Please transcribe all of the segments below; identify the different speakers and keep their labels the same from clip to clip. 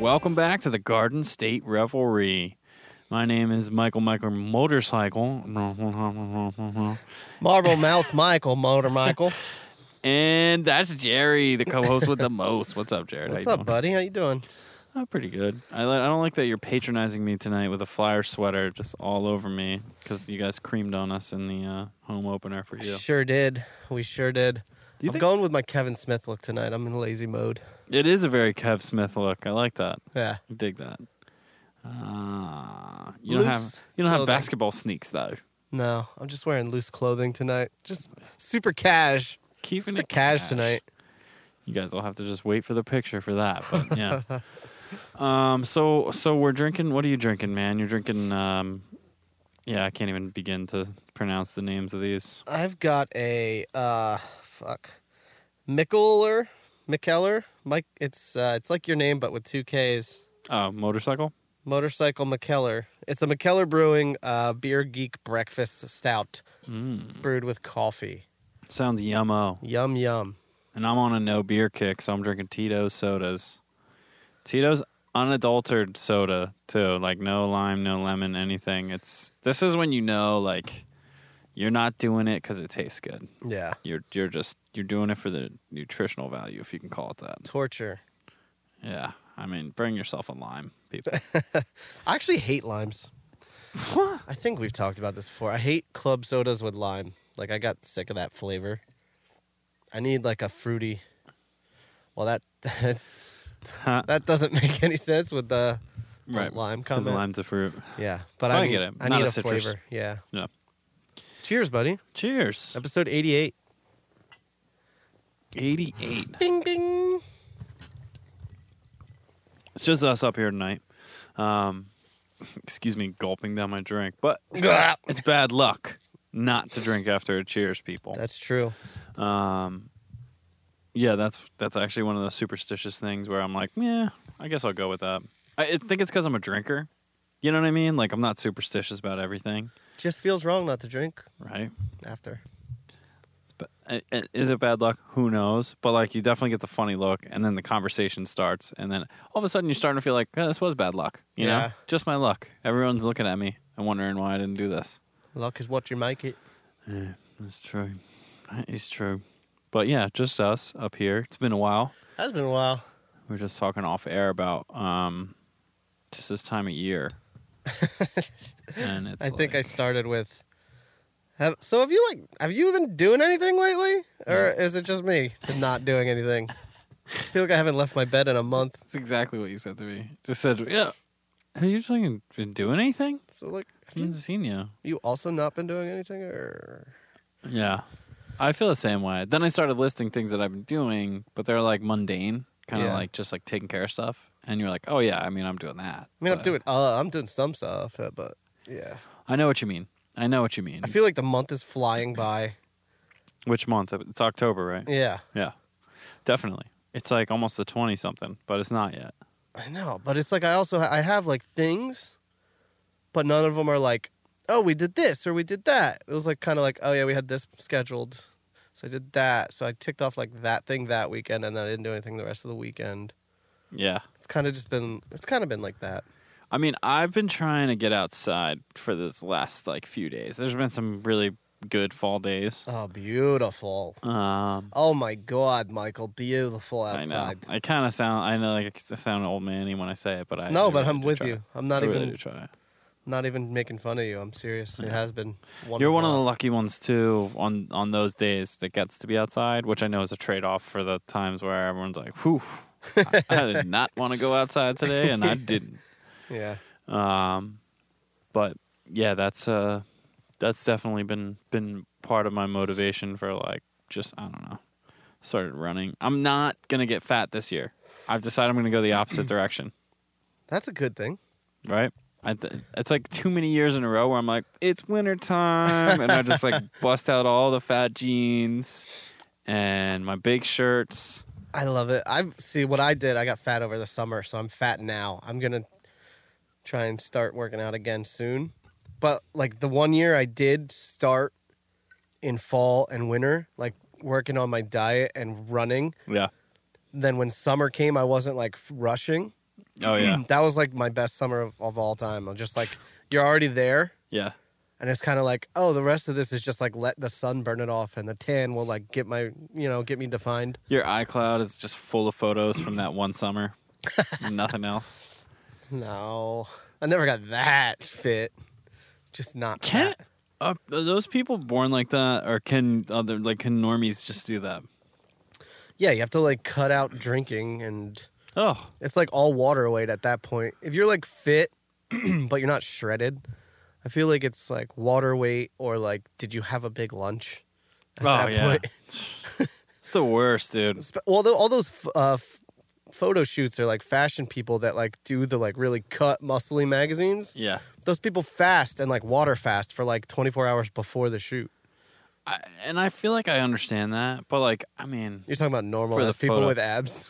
Speaker 1: Welcome back to the Garden State Revelry. My name is Michael Michael Motorcycle.
Speaker 2: Marble Mouth Michael, Motor Michael.
Speaker 1: And that's Jerry, the co-host with the most. What's up, Jared? How
Speaker 2: What's
Speaker 1: you
Speaker 2: up,
Speaker 1: doing?
Speaker 2: buddy? How you doing?
Speaker 1: Oh, pretty good. I, li- I don't like that you're patronizing me tonight with a flyer sweater just all over me because you guys creamed on us in the uh, home opener for you.
Speaker 2: Sure did. We sure did.
Speaker 1: Do you
Speaker 2: I'm
Speaker 1: think-
Speaker 2: going with my Kevin Smith look tonight. I'm in lazy mode.
Speaker 1: It is a very Kev Smith look. I like that.
Speaker 2: Yeah.
Speaker 1: I dig that. Uh, you don't have
Speaker 2: Loose
Speaker 1: you don't have
Speaker 2: clothing.
Speaker 1: basketball sneaks though.
Speaker 2: No, I'm just wearing loose clothing tonight. Just super cash.
Speaker 1: Keeping
Speaker 2: Super
Speaker 1: it
Speaker 2: cash,
Speaker 1: cash.
Speaker 2: tonight.
Speaker 1: You guys will have to just wait for the picture for that. But yeah. um. So so we're drinking. What are you drinking, man? You're drinking. Um. Yeah, I can't even begin to pronounce the names of these.
Speaker 2: I've got a uh fuck. Mickeler. Mikeller. Mike it's uh it's like your name but with two K's.
Speaker 1: Oh, motorcycle.
Speaker 2: Motorcycle McKellar. It's a McKellar Brewing uh, Beer Geek Breakfast Stout
Speaker 1: Mm.
Speaker 2: brewed with coffee.
Speaker 1: Sounds yummo.
Speaker 2: Yum, yum.
Speaker 1: And I'm on a no beer kick, so I'm drinking Tito's sodas. Tito's unadulterated soda too, like no lime, no lemon, anything. It's this is when you know like you're not doing it because it tastes good.
Speaker 2: Yeah.
Speaker 1: You're you're just you're doing it for the nutritional value, if you can call it that.
Speaker 2: Torture.
Speaker 1: Yeah, I mean, bring yourself a lime, people.
Speaker 2: I actually hate limes. I think we've talked about this before. I hate club sodas with lime. Like, I got sick of that flavor. I need like a fruity. Well, that that's
Speaker 1: Huh?
Speaker 2: that doesn't make any sense with the, the
Speaker 1: right,
Speaker 2: lime
Speaker 1: because
Speaker 2: comment.
Speaker 1: lime's a fruit.
Speaker 2: Yeah, but
Speaker 1: I
Speaker 2: I,
Speaker 1: get
Speaker 2: need,
Speaker 1: it.
Speaker 2: I
Speaker 1: Not
Speaker 2: need
Speaker 1: a
Speaker 2: a,
Speaker 1: citrus.
Speaker 2: flavor. Yeah.
Speaker 1: No.
Speaker 2: Cheers, buddy.
Speaker 1: Cheers.
Speaker 2: Episode eighty-eight.
Speaker 1: Eighty-eight.
Speaker 2: Ding ding.
Speaker 1: It's just us up here tonight. Um, excuse me, gulping down my drink, but
Speaker 2: Gah.
Speaker 1: it's bad luck not to drink after a cheers, people.
Speaker 2: That's true.
Speaker 1: Um, yeah, that's that's actually one of those superstitious things where I'm like, yeah, I guess I'll go with that. I I think it's because I'm a drinker. You know what I mean? Like I'm not superstitious about everything,
Speaker 2: Just feels wrong not to drink
Speaker 1: right?
Speaker 2: after.
Speaker 1: But i- i- is it bad luck? Who knows? But like, you definitely get the funny look, and then the conversation starts, and then all of a sudden you're starting to feel like "Yeah, this was bad luck. You know,
Speaker 2: Yeah.
Speaker 1: just my luck. Everyone's looking at me and wondering why I didn't do this.
Speaker 2: Luck is what you make it.
Speaker 1: It's true. That is true. But yeah, just us up here. It's been a while.
Speaker 2: That's been a while.
Speaker 1: We were just talking off air about um, just this time of year. and it's
Speaker 2: I think I
Speaker 1: like-
Speaker 2: started with. Have, so have you like have you been doing anything lately, or is it just me that's not doing anything? I feel like I haven't left my bed in a month.
Speaker 1: That's exactly what you said to me. Just said, yeah. Have you just like, been doing anything?
Speaker 2: So like,
Speaker 1: I
Speaker 2: have you,
Speaker 1: haven't seen you.
Speaker 2: you also not been doing anything, or
Speaker 1: Yeah. I feel the same way. Then I started listing things that I've been doing, but they're like mundane, kind of
Speaker 2: Yeah.
Speaker 1: like just like taking care of stuff. And you're like, oh, yeah, I mean, I'm doing that.
Speaker 2: I mean, I'm
Speaker 1: But
Speaker 2: doing uh, I'm doing some stuff, uh, but yeah,
Speaker 1: I know what you mean. I know what you mean.
Speaker 2: I feel like the month is flying by.
Speaker 1: Which month? It's October, right?
Speaker 2: Yeah,
Speaker 1: Yeah. Definitely. It's like almost the 20 something, but it's not yet.
Speaker 2: I know, but it's like I also ha- I have like things, but none of them are like, oh, we did this or we did that. It was like kind of like, oh yeah, we had this scheduled, so I did that. So I ticked off like that thing that weekend, and then I didn't do anything the rest of the weekend.
Speaker 1: Yeah.
Speaker 2: It's kind of just been, it's kind of been like that.
Speaker 1: I mean, I've been trying to get outside for this last like few days. There's been some really good fall days.
Speaker 2: Oh, beautiful.
Speaker 1: Um,
Speaker 2: Oh my God, Michael, beautiful
Speaker 1: I
Speaker 2: outside.
Speaker 1: know. I kind of sound. I know, like I sound old manny when I say it, but I
Speaker 2: No,
Speaker 1: I
Speaker 2: but
Speaker 1: really
Speaker 2: I'm
Speaker 1: do
Speaker 2: with
Speaker 1: try.
Speaker 2: you. I'm not
Speaker 1: I
Speaker 2: even,
Speaker 1: really do try.
Speaker 2: not even making fun of you. I'm serious. It has been. Wonderful.
Speaker 1: You're one of the lucky ones too on on those days that gets to be outside, which I know is a trade off for the times where everyone's like, "Whew, I, I did not want to go outside today," and I didn't.
Speaker 2: Yeah.
Speaker 1: Um, but yeah, that's uh, that's definitely been been part of my motivation for like just I don't know, started running. I'm not gonna get fat this year. I've decided I'm gonna go the opposite direction.
Speaker 2: That's a good thing.
Speaker 1: Right? I th- it's like too many years in a row where I'm like, it's winter time, and I just like bust out all the fat jeans and my big shirts.
Speaker 2: I love it. I see what I did. I got fat over the summer, so I'm fat now. I'm gonna try and start working out again soon. But like the one year I did start in fall and winter, like working on my diet and running.
Speaker 1: Yeah,
Speaker 2: Then when summer came, I wasn't like f- rushing,
Speaker 1: Oh yeah,
Speaker 2: that was like my best summer of, of all time. I'm just like, you're already there.
Speaker 1: yeah,
Speaker 2: And it's kind of like, oh, the rest of this is just like let the sun burn it off, and the tan will like get my, you know, get me defined.
Speaker 1: your iCloud is just full of photos from that one summer. Nothing else.
Speaker 2: No, I never got that fit. Just not
Speaker 1: Can't are
Speaker 2: that.
Speaker 1: those people born like that, or can other like can normies just do that?
Speaker 2: Yeah, you have to like cut out drinking, and
Speaker 1: Oh,
Speaker 2: it's like all water weight at that point. If you're like fit, but you're not shredded, I feel like it's like water weight or like, did you have a big lunch? At
Speaker 1: oh
Speaker 2: that
Speaker 1: yeah.
Speaker 2: point.
Speaker 1: it's the worst, dude.
Speaker 2: Sp- Well, tho- all those f- uh, f- photo shoots are like fashion people that like do the like really cut muscly magazines.
Speaker 1: Yeah,
Speaker 2: Those people fast and like water fast for like 24 hours before the shoot.
Speaker 1: I, and I feel like I understand that, but like, I mean,
Speaker 2: You're talking about normal
Speaker 1: For the
Speaker 2: ass people
Speaker 1: photo.
Speaker 2: with abs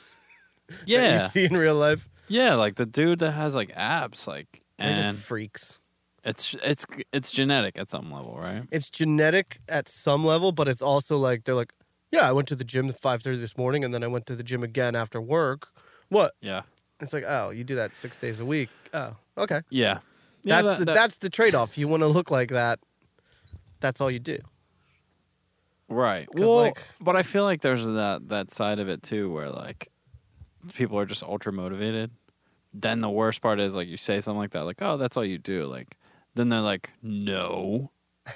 Speaker 2: that you
Speaker 1: yeah,
Speaker 2: see in real life.
Speaker 1: yeah, like the dude that has like abs, like,
Speaker 2: They're
Speaker 1: and
Speaker 2: just freaks.
Speaker 1: it's it's it's genetic at some level, right?
Speaker 2: It's genetic at some level, but it's also like they're like, yeah, I went to the gym at 5:30 this morning, and then I went to the gym again after work. What?
Speaker 1: Yeah,
Speaker 2: It's like, oh, you do that six days a week. Oh, okay.
Speaker 1: yeah. Yeah,
Speaker 2: That's
Speaker 1: that-
Speaker 2: the
Speaker 1: that-
Speaker 2: that's the trade off. You want to look like that. That's all you do.
Speaker 1: right.
Speaker 2: 'cause,
Speaker 1: Well,
Speaker 2: like-
Speaker 1: but I feel like there's that that side of it too, where like people are just ultra motivated. Then the worst part is like you say something like that, like oh that's all you do, like then they're like no,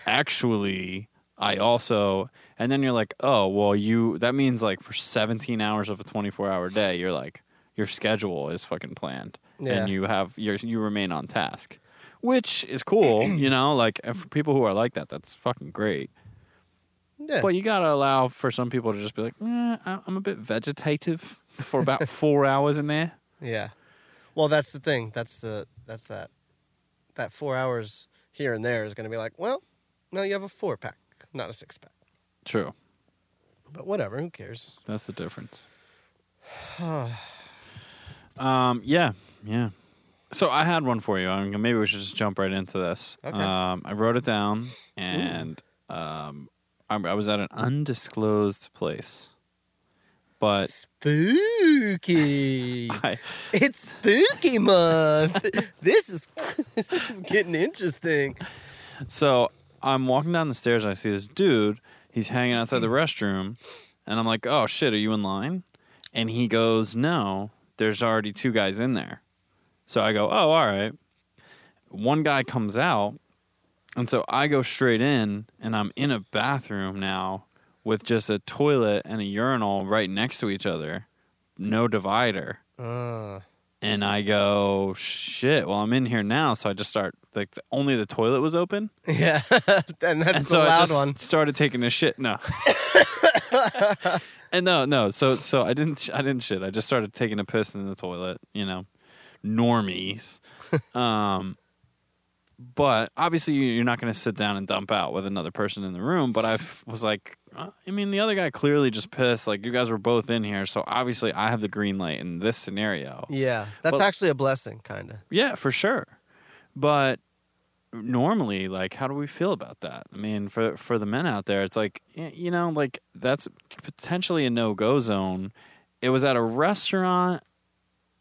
Speaker 1: actually I also, and then you're like oh well you that means like for 17 hours of a 24 hour day you're like your schedule is fucking planned
Speaker 2: Yeah.
Speaker 1: and you have your you remain on task, which is cool, you know, like and for people who are like that that's fucking great.
Speaker 2: Yeah.
Speaker 1: But you gotta allow for some people to just be like, eh, I- I'm a bit vegetative for about four hours in there.
Speaker 2: yeah. Well, that's the thing. That's the that's that that four hours here and there is going to be like, well, no, you have a four pack, not a six pack.
Speaker 1: True,
Speaker 2: But whatever, who cares?
Speaker 1: that's the difference. um, yeah, yeah. So I had one for you. I mean, maybe we should just jump right into this.
Speaker 2: Okay.
Speaker 1: Um, I wrote it down, and um, I, I was at an undisclosed place, but
Speaker 2: Spooky.
Speaker 1: I,
Speaker 2: it's spooky month. this is this is getting interesting.
Speaker 1: So I'm walking down the stairs and I see this dude. He's hanging outside the restroom, and I'm like, "Oh shit, are you in line?" And he goes, "No, there's already two guys in there." So I go, "Oh, all right." One guy comes out, and so I go straight in, and I'm in a bathroom now with just a toilet and a urinal right next to each other, no divider
Speaker 2: Uh,
Speaker 1: and I go, shit. Well, I'm in here now, so I just start like the, only the toilet was open,
Speaker 2: yeah, and that's
Speaker 1: and
Speaker 2: the
Speaker 1: so I
Speaker 2: loud
Speaker 1: just
Speaker 2: one.
Speaker 1: started taking a shit. No, and no, no. So so I didn't sh- I didn't shit. I just started taking a piss in the toilet. You know, normies. um, but obviously you- you're not going to sit down and dump out with another person in the room. But I f- was like, uh, I mean, the other guy clearly just pissed. Like you guys were both in here, so obviously I have the green light in this scenario.
Speaker 2: Yeah, that's
Speaker 1: Well-
Speaker 2: actually a blessing, kind of.
Speaker 1: Yeah, for sure. But normally, like, how do we feel about that? I mean, for for the men out there, it's like y- you know, like that's potentially a no go zone. It was at a restaurant.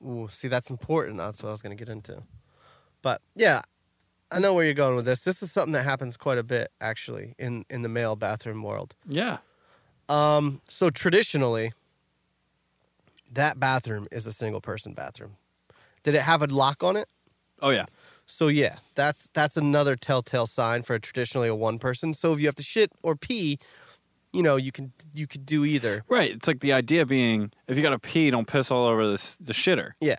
Speaker 2: Ooh, see, that's important. That's what I was going to get into. But yeah, I know where you're going with this. This is something that happens quite a bit, actually, in in the male bathroom world.
Speaker 1: Yeah,
Speaker 2: Um, so traditionally, that bathroom is a single person bathroom. Did it have a lock on it?
Speaker 1: Oh yeah.
Speaker 2: So yeah, that's that's another telltale sign for traditionally a one person. So if you have to shit or pee, you know you can you could do either.
Speaker 1: Right. It's like the idea being if you got to pee, don't piss all over this the shitter.
Speaker 2: Yeah.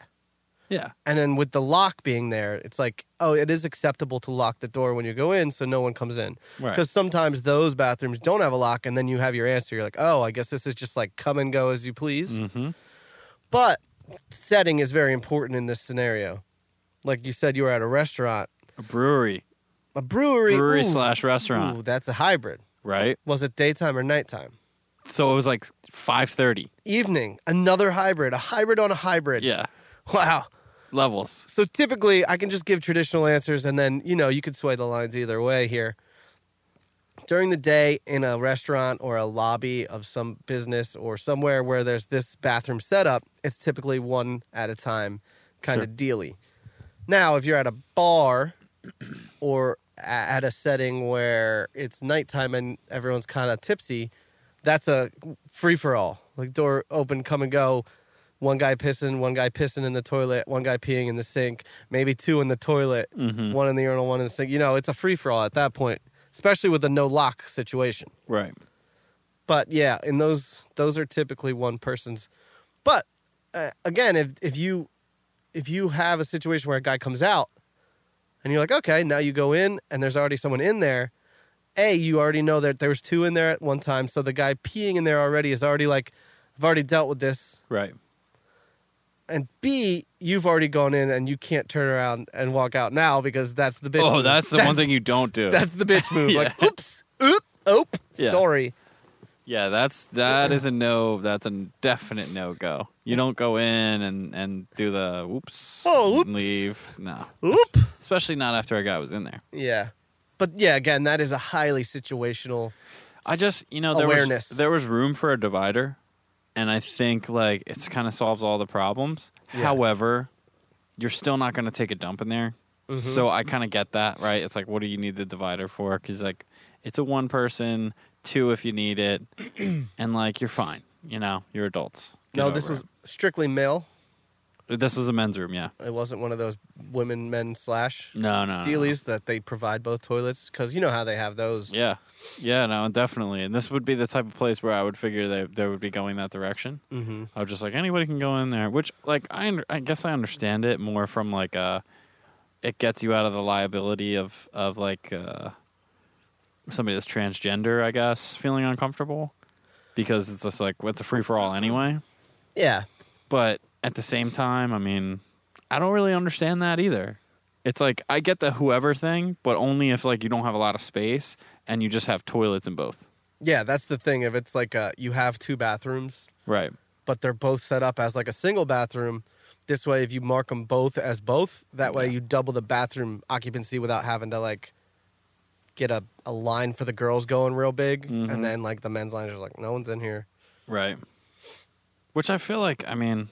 Speaker 1: Yeah.
Speaker 2: And then with the lock being there, it's like, oh, it is acceptable to lock the door when you go in so no one comes in.
Speaker 1: Right.
Speaker 2: Because sometimes those bathrooms don't have a lock and then you have your answer. You're like, oh, I guess this is just like come and go as you please.
Speaker 1: Mm-hmm.
Speaker 2: But setting is very important in this scenario. Like you said, you were at a restaurant,
Speaker 1: A brewery,
Speaker 2: a brewery.
Speaker 1: brewery
Speaker 2: ooh,
Speaker 1: slash
Speaker 2: ooh,
Speaker 1: restaurant.
Speaker 2: that's a hybrid.
Speaker 1: Right.
Speaker 2: Was it daytime or nighttime?
Speaker 1: So it was like five thirty.
Speaker 2: Evening, another hybrid, a hybrid on a hybrid.
Speaker 1: Yeah.
Speaker 2: Wow.
Speaker 1: Levels.
Speaker 2: So typically, I can just give traditional answers, and then you know you could sway the lines either way here. During the day in a restaurant or a lobby of some business or somewhere where there's this bathroom setup, it's typically one at a time, kind
Speaker 1: Sure.
Speaker 2: of dealy. Now, if you're at a bar or a- at a setting where it's nighttime and everyone's kind of tipsy, that's a free for all. Like door open, come and go. One guy pissing, one guy pissing in the toilet, one guy peeing in the sink, maybe two in the toilet,
Speaker 1: Mhm.
Speaker 2: one in the urinal, one in the sink. You know, it's a free for all at that point, especially with a no lock situation.
Speaker 1: Right.
Speaker 2: But yeah, and those those are typically one person's. But uh, again, if if you if you have a situation where a guy comes out and you're like, okay, now you go in and there's already someone in there. A, you already know that there was two in there at one time, so the guy peeing in there already is already like, I've already dealt with this.
Speaker 1: Right.
Speaker 2: And B, you've already gone in and you can't turn around and walk out now because that's the bitch.
Speaker 1: oh,
Speaker 2: move.
Speaker 1: that's the one thing you don't do.
Speaker 2: That's the bitch move.
Speaker 1: Yeah.
Speaker 2: Like, oops, oop, oop.
Speaker 1: Yeah.
Speaker 2: Sorry.
Speaker 1: Yeah, that's that is a no. That's a definite no go. You don't go in and and do the whoops. and
Speaker 2: Oh, oops.
Speaker 1: leave. No,
Speaker 2: Oop.
Speaker 1: especially not after a guy was in there.
Speaker 2: Yeah. But yeah, again, that is a highly situational.
Speaker 1: I just you know there
Speaker 2: Awareness.
Speaker 1: was there was room for a divider, and I think like it's kind of solves all the problems.
Speaker 2: Yeah.
Speaker 1: However, you're still not going to take a dump in there,
Speaker 2: Mhm.
Speaker 1: so I kind of get that right. It's like what do you need the divider for? Because like it's a one person, two if you need it, and like you're fine. You know, you're adults. Get
Speaker 2: no, this
Speaker 1: over
Speaker 2: was strictly male.
Speaker 1: it. this was a men's room. Yeah.
Speaker 2: It wasn't one of those women men slash
Speaker 1: No, no. no, no.
Speaker 2: dealies that they provide both toilets because you know how they have those.
Speaker 1: Yeah. Yeah, no, definitely. And this would be the type of place where I would figure they, they would be going that direction.
Speaker 2: hmm
Speaker 1: I was just like, anybody can go in there, which, like, I, under- I guess I understand it more from, like, uh, it gets you out of the liability of, of like, uh, somebody that's transgender, I guess, feeling uncomfortable because it's just like, it's a free for all anyway.
Speaker 2: Yeah.
Speaker 1: But at the same time, I mean, I don't really understand that either. It's like I get the whoever thing, but only if like you don't have a lot of space and you just have toilets in both.
Speaker 2: Yeah, that's the thing. If it's like uh, you have two bathrooms,
Speaker 1: Right.
Speaker 2: but they're both set up as like a single bathroom. This way, if you mark them both as both, that way you double the bathroom occupancy without having to like get a, a line for the girls going real big.
Speaker 1: Mhm.
Speaker 2: And then like the men's line is like, no one's in here.
Speaker 1: Right. Which I feel like I mean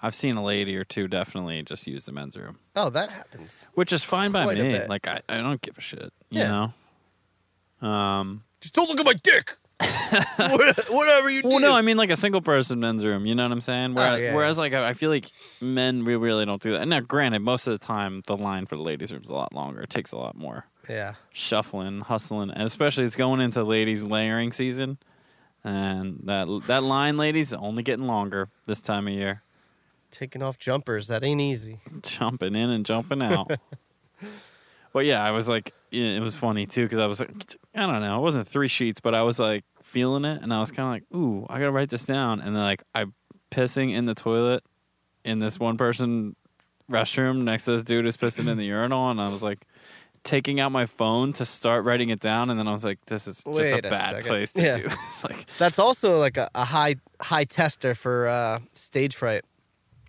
Speaker 1: I've seen a lady or two definitely just use the men's room.
Speaker 2: Oh, that happens.
Speaker 1: Which is fine by
Speaker 2: Quite a
Speaker 1: me.
Speaker 2: bit.
Speaker 1: Like I, I don't give a shit. You
Speaker 2: Yeah.
Speaker 1: know? Um
Speaker 2: Just don't look at my dick. What- Whatever you do.
Speaker 1: Well, Oh, no, I mean like a single person men's room. You know what I'm saying? Whereas,
Speaker 2: Oh, yeah,
Speaker 1: whereas like I I feel like men, we really don't do that. And now, granted, most of the time the line for the ladies' room is a lot longer. It takes a lot more
Speaker 2: yeah.
Speaker 1: shuffling, hustling, and especially it's going into ladies' layering season, and that that line, ladies, only getting longer this time of year.
Speaker 2: Taking off jumpers, that ain't easy.
Speaker 1: jumping in and jumping out. but yeah, I was like, yeah, it was funny too because I was like, I don't know, it wasn't three sheets, but I was like feeling it, and I was kind of like, ooh, I gotta write this down, and then like I'm pissing in the toilet in this one person restroom next to this dude who's pissing in the urinal, and I was like. Taking out my phone to start writing it down, and then I was like, "This is just
Speaker 2: Wait
Speaker 1: a
Speaker 2: a
Speaker 1: bad
Speaker 2: second.
Speaker 1: place to
Speaker 2: Yeah.
Speaker 1: do." It's like,
Speaker 2: That's also like a, a high high tester for uh, stage fright.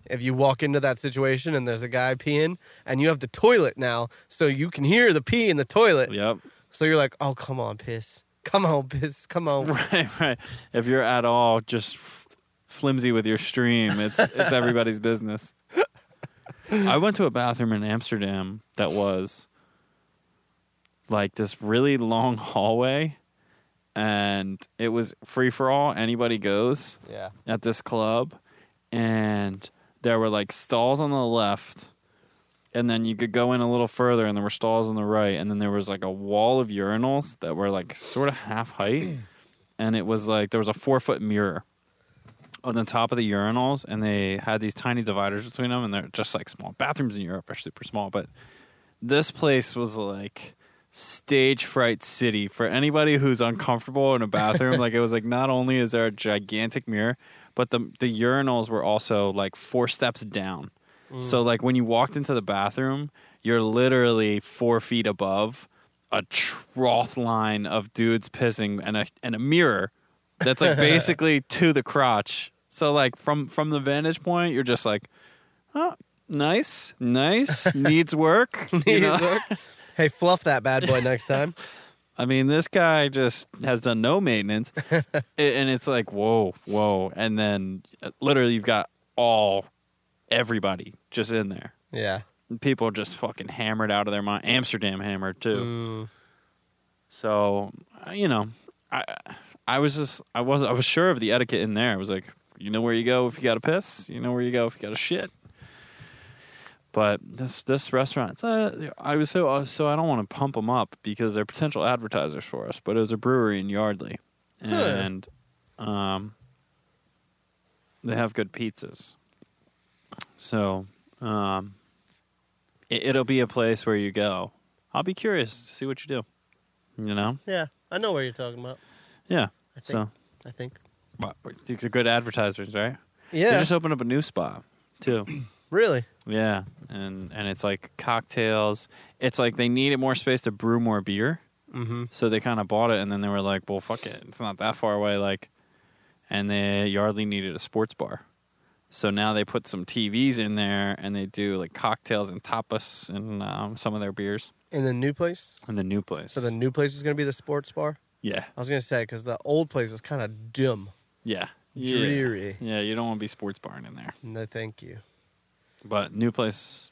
Speaker 2: If you walk into that situation and there's a guy peeing and you have the toilet now, so you can hear the pee in the toilet.
Speaker 1: "Yep,
Speaker 2: So you're like, oh come on, piss. Come on, piss. Come on.
Speaker 1: Right, right. If you're at all just f- flimsy with your stream, it's it's everybody's business. I went to a bathroom in Amsterdam that was like this really long hallway and it was free for all, anybody goes
Speaker 2: Yeah.
Speaker 1: at this club and there were like stalls on the left and then you could go in a little further and there were stalls on the right and then there was like a wall of urinals that were like sort of half height and it was like there was a four foot mirror on the top of the urinals and they had these tiny dividers between them and they're just like small bathrooms in europe are super small but this place was like stage fright city for anybody who's uncomfortable in a bathroom like it was like not only is there a gigantic mirror but the the urinals were also like four steps down so like when you walked into the bathroom you're literally four feet above a trough line of dudes pissing and a and a mirror that's like basically to the crotch so like from from the vantage point you're just like oh nice nice needs work you know?
Speaker 2: hey, fluff that bad boy next time.
Speaker 1: I mean, this guy just has done no maintenance, A- and it's like, whoa, whoa, and then uh, literally you've got all everybody just in there.
Speaker 2: Yeah.
Speaker 1: And people are just fucking hammered out of their mind. Amsterdam hammered too.
Speaker 2: Mm,
Speaker 1: So I- you know, I I was just I was I was sure of the etiquette in there. I was like, you know where you go if you got to piss. You know where you go if you got to shit. But this this restaurant, it's a, I was so uh, so I don't want to pump them up because they're potential advertisers for us. But it was a brewery in Yardley,
Speaker 2: Huh.
Speaker 1: and um, they have good pizzas. So um, it, it'll be a place where you go. I'll be curious to see what you do. You know,
Speaker 2: yeah. I know what you're talking about.
Speaker 1: yeah.
Speaker 2: I think.
Speaker 1: So,
Speaker 2: I think.
Speaker 1: but they're good advertisers, right? They
Speaker 2: Yeah.
Speaker 1: just opened up a new spa, too.
Speaker 2: really.
Speaker 1: yeah, and and it's like cocktails. It's like they needed more space to brew more beer,
Speaker 2: Mm-hmm.
Speaker 1: so they kind of bought it, and then they were like, "Well, fuck it, it's not that far away." Like, and they Yardley needed a sports bar, so now they put some TVs in there, and they do like cocktails and tapas and um, some of their beers
Speaker 2: In the new place.
Speaker 1: in the new place.
Speaker 2: So the new place is going to be the sports bar.
Speaker 1: yeah,
Speaker 2: I was going to say because the old place is kind of dim,
Speaker 1: yeah, yeah,
Speaker 2: dreary.
Speaker 1: yeah. You don't want to be sports barn in there,
Speaker 2: No, thank you.
Speaker 1: but new place,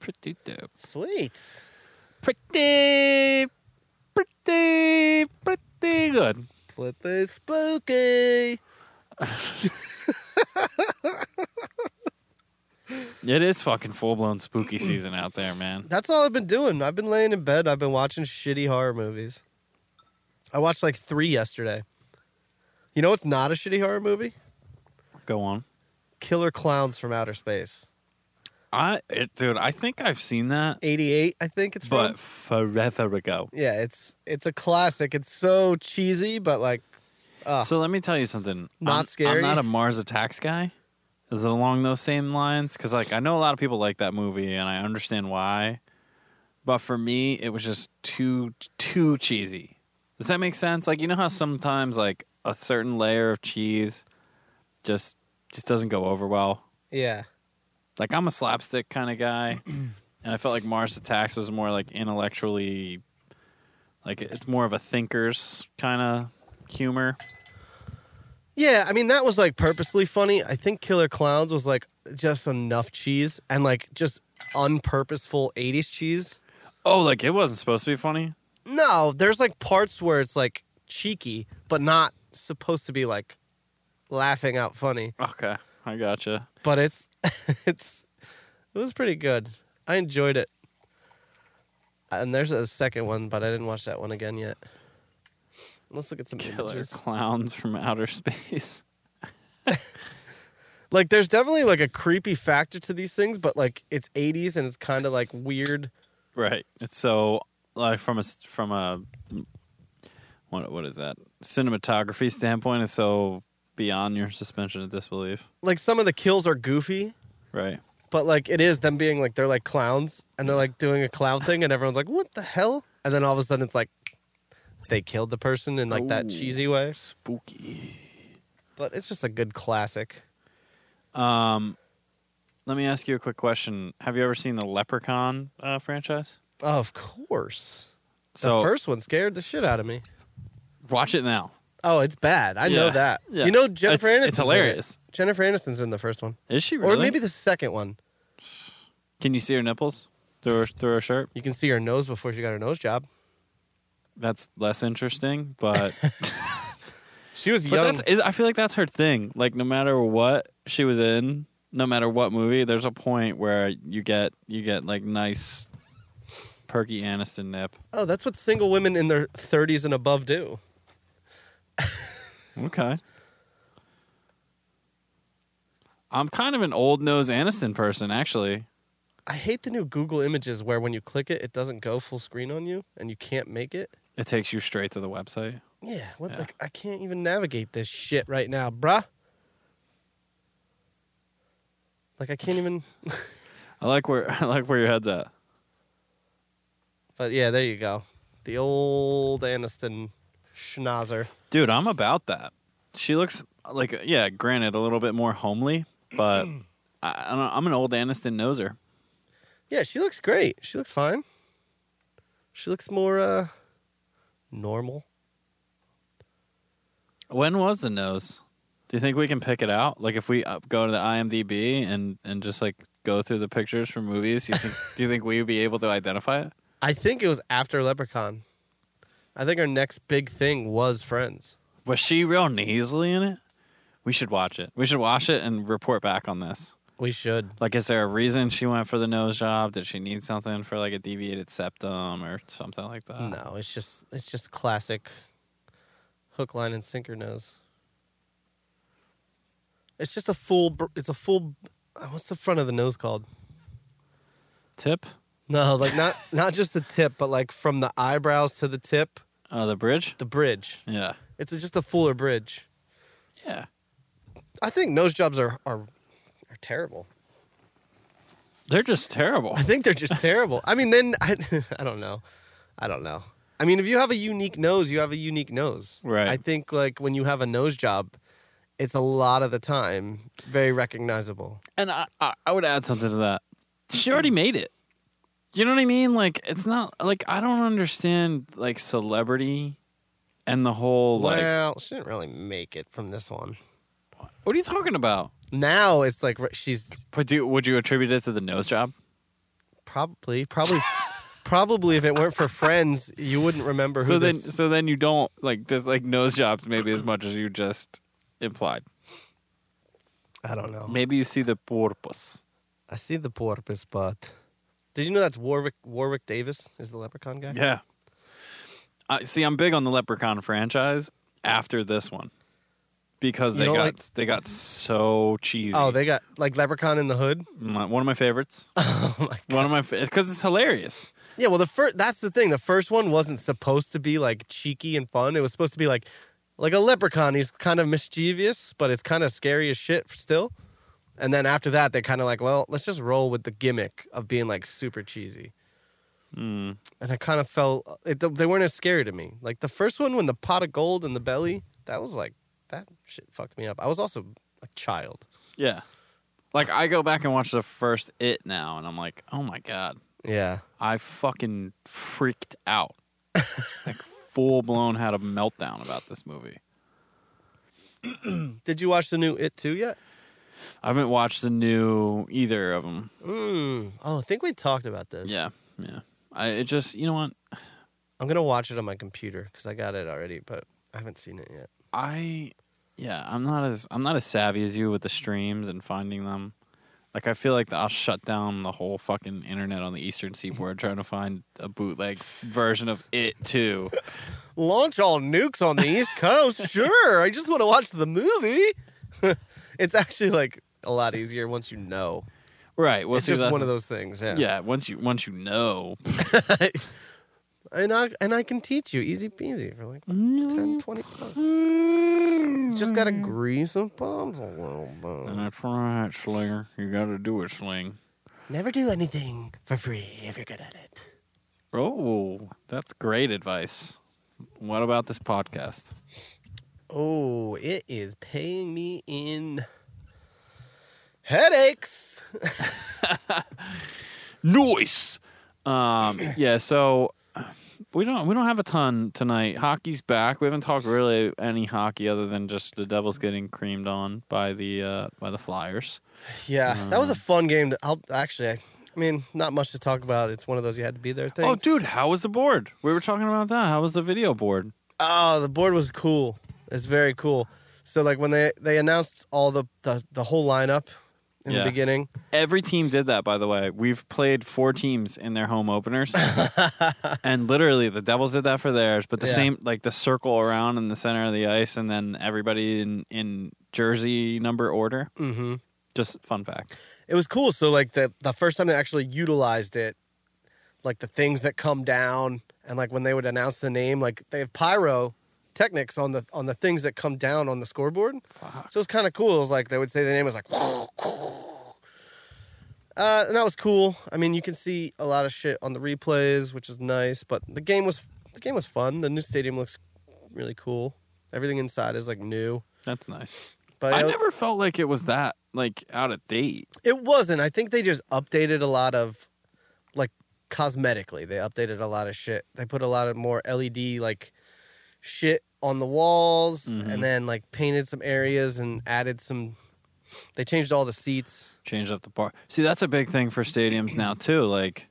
Speaker 1: pretty dope.
Speaker 2: Sweet.
Speaker 1: pretty, pretty, pretty good.
Speaker 2: But it's spooky.
Speaker 1: It is fucking full blown spooky season out there, man.
Speaker 2: That's all I've been doing. I've been laying in bed. I've been watching shitty horror movies. I watched like three yesterday. You know what's not a shitty horror movie?
Speaker 1: Go on.
Speaker 2: Killer Clowns from Outer Space.
Speaker 1: I, it, dude, I think I've seen that,
Speaker 2: 88, I think it's from.
Speaker 1: but forever ago.
Speaker 2: Yeah, it's it's a classic. It's so cheesy, but like, uh,
Speaker 1: So let me tell you something.
Speaker 2: Not
Speaker 1: I'm,
Speaker 2: scary?
Speaker 1: I'm not a Mars Attacks guy. Is it along those same lines? Because like I know a lot of people like that movie, and I understand why. But for me, it was just too too cheesy. Does that make sense? Like you know how sometimes like a certain layer of cheese just just doesn't go over well.
Speaker 2: yeah,
Speaker 1: Like I'm a slapstick kind of guy, and I felt like Mars Attacks was more like intellectually, like it's more of a thinker's kind of humor.
Speaker 2: yeah. I mean, that was like purposely funny. I think Killer Clowns was like just enough cheese and like just unpurposeful '80s cheese.
Speaker 1: Oh, like it wasn't supposed to be funny.
Speaker 2: No, there's like parts where it's like cheeky, but not supposed to be like laughing out funny.
Speaker 1: Okay, I gotcha.
Speaker 2: But it's it's it was pretty good. I enjoyed it. And there's a second one, but I didn't watch that one again yet. Let's look at some
Speaker 1: Killer
Speaker 2: images.
Speaker 1: clowns from outer space.
Speaker 2: Like there's definitely like a creepy factor to these things, but like it's 80s and it's kind of like weird.
Speaker 1: Right. It's so like from a s- from a what what is that cinematography standpoint? It's so beyond your suspension of disbelief.
Speaker 2: Like some of the kills are goofy,
Speaker 1: Right.
Speaker 2: But like it is them being like they're like clowns and they're like doing a clown thing and everyone's like, What the hell? And then all of a sudden it's like they killed the person in like that
Speaker 1: Ooh.
Speaker 2: cheesy way.
Speaker 1: Spooky.
Speaker 2: But it's just a good classic.
Speaker 1: Um, let me ask you a quick question. Have you ever seen the Leprechaun uh, franchise?
Speaker 2: Of course.
Speaker 1: So
Speaker 2: the first one scared the shit out of me.
Speaker 1: watch it now.
Speaker 2: Oh, it's bad. I know
Speaker 1: Yeah.
Speaker 2: that. Do
Speaker 1: Yeah.
Speaker 2: You know Jennifer
Speaker 1: It's-
Speaker 2: Aniston.
Speaker 1: it's hilarious.
Speaker 2: Jennifer Aniston's in the first one.
Speaker 1: Is she really?
Speaker 2: Or maybe the second one.
Speaker 1: Can you see her nipples through her, through her shirt?
Speaker 2: You can see her nose before she got her nose job.
Speaker 1: That's less interesting, but.
Speaker 2: She was
Speaker 1: But
Speaker 2: young.
Speaker 1: that's is, I feel like that's her thing. Like no matter what she was in, no matter what movie, there's a point where you get you get like nice perky Aniston nip.
Speaker 2: oh, that's what single women in their thirties and above do.
Speaker 1: Okay. I'm kind of an old nose Aniston person actually.
Speaker 2: I hate the new Google Images where when you click it, it doesn't go full screen on you and you can't make it.
Speaker 1: It takes you straight to the website.
Speaker 2: Yeah, what
Speaker 1: Yeah.
Speaker 2: like I can't even navigate this shit right now, bruh. Like I can't even.
Speaker 1: I like where I like where your head's at.
Speaker 2: But yeah, there you go. The old Aniston schnauzer.
Speaker 1: Dude, I'm about that. She looks like yeah, granted a little bit more homely, but I, I don't, I'm an old Aniston noser.
Speaker 2: Yeah, she looks great. She looks fine. She looks more uh normal.
Speaker 1: When was the nose? Do you think we can pick it out? Like if we up, go to the IMDb and and just like go through the pictures for movies, you think do you think we would be able to identify it?
Speaker 2: I think it was after Leprechaun. I think our next big thing was Friends.
Speaker 1: Was she real nasally in it? We should watch it. We should watch it and report back on this.
Speaker 2: We should.
Speaker 1: Like, is there a reason she went for the nose job? Did she need something for like a deviated septum or something like that?
Speaker 2: Uh, no, it's just it's just classic hook, line, and sinker nose. It's just a full. br- It's a full. uh, What's the front of the nose called?
Speaker 1: Tip?
Speaker 2: No, like not not just the tip, but like from the eyebrows to the tip,
Speaker 1: Uh, the bridge?
Speaker 2: the bridge.
Speaker 1: Yeah.
Speaker 2: It's just a fuller bridge.
Speaker 1: Yeah.
Speaker 2: I think nose jobs are are, are terrible.
Speaker 1: They're just terrible.
Speaker 2: I think they're just terrible. I mean, then I, I don't know. I don't know. I mean, if you have a unique nose, you have a unique nose.
Speaker 1: Right.
Speaker 2: I think like when you have a nose job, it's a lot of the time very recognizable.
Speaker 1: And I, I, I would add something to that. She already made it. You know what I mean? Like, it's not like I don't understand like celebrity and the whole like.
Speaker 2: well, she didn't really make it from this one.
Speaker 1: What are you talking about?
Speaker 2: Now it's like re- she's
Speaker 1: But do, would you attribute it to the nose job?
Speaker 2: probably probably probably if it weren't for friends, you wouldn't remember who
Speaker 1: So then,
Speaker 2: this.
Speaker 1: so then you don't like this like nose jobs maybe as much as you just implied.
Speaker 2: I don't know.
Speaker 1: Maybe you see the porpoise.
Speaker 2: I see the porpoise, but did you know that's Warwick Warwick Davis is the leprechaun guy?
Speaker 1: Yeah. I see. I'm big on the Leprechaun franchise after this one because
Speaker 2: You
Speaker 1: they
Speaker 2: don't
Speaker 1: got
Speaker 2: like-
Speaker 1: they got so cheesy.
Speaker 2: Oh, they got like Leprechaun in the Hood.
Speaker 1: My- one of my favorites.
Speaker 2: Oh my
Speaker 1: One of my because it's hilarious.
Speaker 2: Yeah, well, the first that's the thing. The first one wasn't supposed to be like cheeky and fun. It was supposed to be like like a leprechaun. He's kind of mischievous, but it's kind of scary as shit still. And then after that, they're kind of like, well, let's just roll with the gimmick of being like super cheesy.
Speaker 1: Mm.
Speaker 2: And I kind of felt uh, it, they weren't as scary to me. Like the first one, when the pot of gold in the belly, that was like that shit fucked me up. I was also a child.
Speaker 1: Yeah, like I go back and watch the first It now, and I'm like, oh my god,
Speaker 2: Yeah,
Speaker 1: I fucking freaked out, like full blown had a meltdown about this movie.
Speaker 2: did you watch the new It Too yet?
Speaker 1: I haven't watched the new either of them.
Speaker 2: Mm. Oh, I think we talked about this.
Speaker 1: Yeah, yeah. I it just you know what
Speaker 2: I'm gonna watch it on my computer because I got it already, but I haven't seen it yet.
Speaker 1: I yeah I'm not as I'm not as savvy as you with the streams and finding them. Like I feel like I'll shut down the whole fucking internet on the Eastern Seaboard trying to find a bootleg version of it too.
Speaker 2: Launch all nukes on the East Coast, sure. I just want to watch the movie. it's actually like a lot easier once you know.
Speaker 1: Right. Well,
Speaker 2: it's
Speaker 1: see,
Speaker 2: just
Speaker 1: that's-
Speaker 2: one of those things, yeah.
Speaker 1: Yeah. Once you once you know,
Speaker 2: and I and I can teach you easy peasy for like 10, 20 bucks. You just gotta grease some palms a little bit.
Speaker 1: that's right, Slinger. You got to do it, Sling.
Speaker 2: Never do anything for free if you're good at it.
Speaker 1: Oh, that's great advice. What about this podcast?
Speaker 2: Oh, it is paying me in headaches.
Speaker 1: Noise. Um, yeah. So we don't we don't have a ton tonight. Hockey's back. We haven't talked really any hockey other than just the Devils getting creamed on by the uh, by the Flyers.
Speaker 2: Yeah, that
Speaker 1: Mm.
Speaker 2: was a fun game. To, I'll, actually, I, I mean, not much to talk about. It's one of those you had to be there things.
Speaker 1: Oh, dude, how was the board? We were talking about that. How was the video board?
Speaker 2: Oh, the board was cool. It's very cool. So like when they they announced all the the, the whole lineup in
Speaker 1: Yeah.
Speaker 2: the beginning.
Speaker 1: Every team did that, by the way. We've played four teams in their home openers, and literally the Devils did that for theirs. But the
Speaker 2: Yeah.
Speaker 1: same, like the circle around in the center of the ice, and then everybody in in jersey number order.
Speaker 2: Mm-hmm.
Speaker 1: Just fun fact.
Speaker 2: It was cool. So like the the first time they actually utilized it, like the things that come down and like when they would announce the name, like they have pyro technics on the on the things that come down on the scoreboard.
Speaker 1: Fuck.
Speaker 2: So it was kind of cool. It was like they would say the name it was like, uh, and that was cool. I mean, you can see a lot of shit on the replays, which is nice. But the game was the game was fun. The new stadium looks really cool. Everything inside is like new.
Speaker 1: That's nice.
Speaker 2: But
Speaker 1: I
Speaker 2: it,
Speaker 1: never felt like it was that like out of date.
Speaker 2: it wasn't. I think they just updated a lot of like cosmetically. They updated a lot of E shit. They put a lot of more LED like shit on the walls
Speaker 1: Mhm.
Speaker 2: and then like painted some areas and added some they changed all the seats.
Speaker 1: Change up the bar. See, that's a big thing for stadiums now too. Like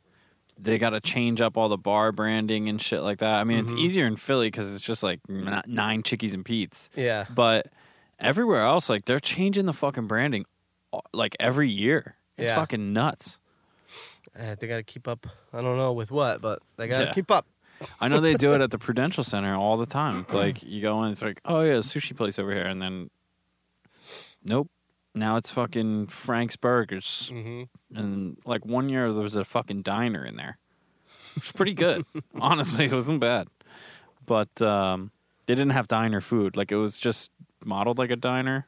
Speaker 1: they got to change up all the bar branding and shit like that. I mean,
Speaker 2: Mhm.
Speaker 1: it's easier in Philly because it's just like n- nine chickies and Pete's.
Speaker 2: Yeah.
Speaker 1: But everywhere else, like they're changing the fucking branding, uh, like every year. It's
Speaker 2: Yeah.
Speaker 1: fucking nuts.
Speaker 2: Eh, they got to keep up. I don't know with what, but they got to
Speaker 1: Yeah.
Speaker 2: keep up.
Speaker 1: I know they do it at the Prudential Center all the time. It's like you go in, it's like, oh yeah, sushi place over here, and then nope. Now it's fucking Frank's Burgers,
Speaker 2: Mm-hmm.
Speaker 1: and like one year there was a fucking diner in there. It was pretty good, honestly. It wasn't bad, but um, they didn't have diner food. Like it was just modeled like a diner.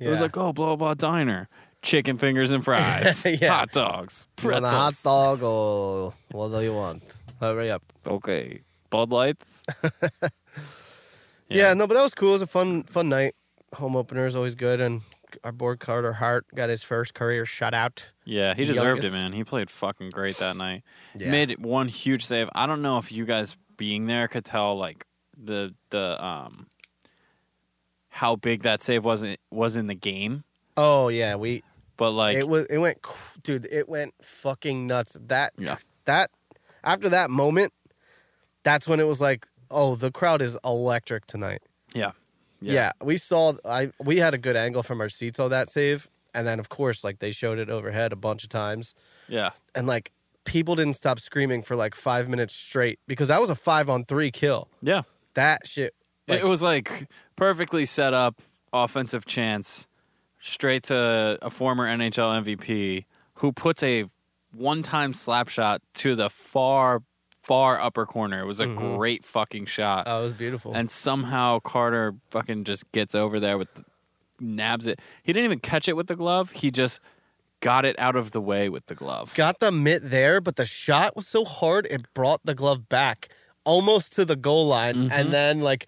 Speaker 1: It was like, oh, blah blah diner, chicken fingers and fries,
Speaker 2: Yeah.
Speaker 1: hot dogs,
Speaker 2: you want a
Speaker 1: pretzels,
Speaker 2: hot dog or what do you want? Hurry up.
Speaker 1: okay, Bud Lights.
Speaker 2: Yeah. no, but that was cool. It was a fun, fun night. Home opener is always good, and our board Carter Hart got his first career shutout.
Speaker 1: Yeah, he deserved
Speaker 2: Youngest.
Speaker 1: it, man. He played fucking great that night.
Speaker 2: Yeah,
Speaker 1: Made one huge save. I don't know if you guys being there could tell like the the um how big that save was in, was in the game,
Speaker 2: oh yeah, we
Speaker 1: but like
Speaker 2: it was it went, cr- dude, it went fucking nuts. That
Speaker 1: yeah,
Speaker 2: that after that moment, that's when it was like, oh, the crowd is electric tonight.
Speaker 1: yeah,
Speaker 2: Yeah. we saw. I we had a good angle from our seats on that save, and then of course, like they showed it overhead a bunch of times,
Speaker 1: yeah.
Speaker 2: and like people didn't stop screaming for like five minutes straight because that was a five on three kill.
Speaker 1: yeah.
Speaker 2: That shit. Like,
Speaker 1: it was like perfectly set up offensive chance straight to a former NHL MVP who puts a one-time slap shot to the far far upper corner. It was a
Speaker 2: Mhm.
Speaker 1: great fucking shot.
Speaker 2: oh, it was beautiful.
Speaker 1: And somehow Carter fucking just gets over there with nabs it. He didn't even catch it with the glove. He just got it out of the way with the glove.
Speaker 2: got the mitt there, but the shot was so hard it brought the glove back almost to the goal line,
Speaker 1: Mm-hmm.
Speaker 2: and then like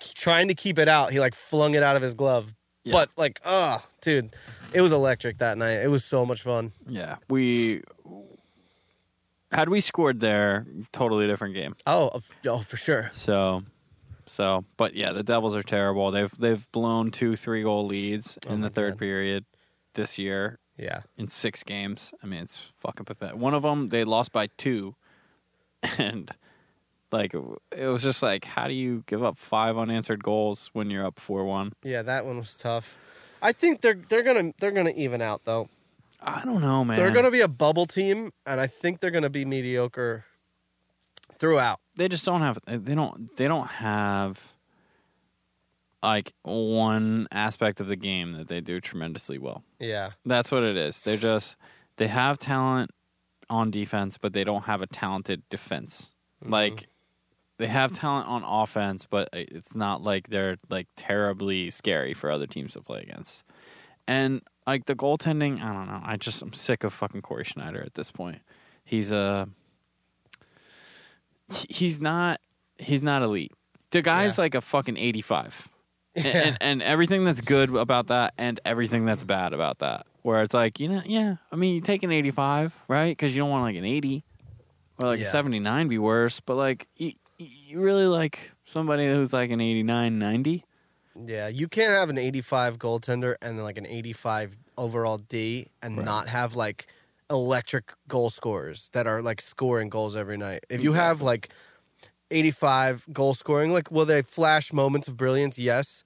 Speaker 2: k- trying to keep it out, he like flung it out of his glove.
Speaker 1: Yeah.
Speaker 2: But like, oh, dude, it was electric that night. It was so much fun.
Speaker 1: Yeah. We had we scored there, totally different game.
Speaker 2: Oh, of- oh, for sure.
Speaker 1: So so but yeah, the Devils are terrible. They've they've blown two three goal leads
Speaker 2: Oh
Speaker 1: in
Speaker 2: my
Speaker 1: the third
Speaker 2: God.
Speaker 1: period this year
Speaker 2: Yeah,
Speaker 1: in six games. I mean, it's fucking pathetic. One of them they lost by two, and like it was just like, how do you give up five unanswered goals when you're up four one?
Speaker 2: yeah, that one was tough. I think they're they're gonna they're gonna even out though.
Speaker 1: I don't know, man.
Speaker 2: They're gonna be a bubble team, and I think they're gonna be mediocre throughout.
Speaker 1: They just don't have. They don't. They don't have like one aspect of the game that they do tremendously well.
Speaker 2: Yeah,
Speaker 1: That's what it is. They're just they have talent on defense, but they don't have a talented defense.
Speaker 2: Mhm.
Speaker 1: Like they have talent on offense, but i- it's not like they're like terribly scary for other teams to play against. And like the goaltending, I don't know. I just I'm sick of fucking Corey Schneider at this point. He's a he- he's not he's not elite. The guy's
Speaker 2: Yeah.
Speaker 1: like a fucking 85 and, and, and everything that's good about that and everything that's bad about that. Where it's like, you know, yeah, I mean, you take an 85, right? Because you don't want like an 80 or like
Speaker 2: Yeah.
Speaker 1: a 79 be worse. But like, you, you really like somebody who's like an 89, 90.
Speaker 2: Yeah, you can't have an 85 goaltender and like an 85 overall D and
Speaker 1: Right.
Speaker 2: not have like electric goal scorers that are like scoring goals every night. If you have like 85 goal scoring, like will they flash moments of brilliance? Yes.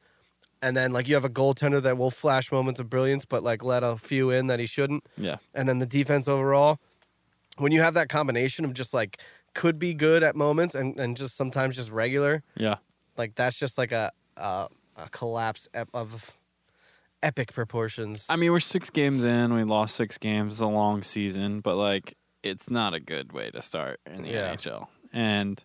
Speaker 2: And then like you have a goaltender that will flash moments of brilliance but like let a few in that he shouldn't
Speaker 1: Yeah.
Speaker 2: and then the defense overall. When you have that combination of just like could be good at moments and, and just sometimes just regular,
Speaker 1: Yeah.
Speaker 2: like that's just like a a, a collapse ep- of epic proportions.
Speaker 1: I mean, we're six games in. We lost six games. It's a long season, but like, it's not a good way to start in the
Speaker 2: Yeah.
Speaker 1: NHL. And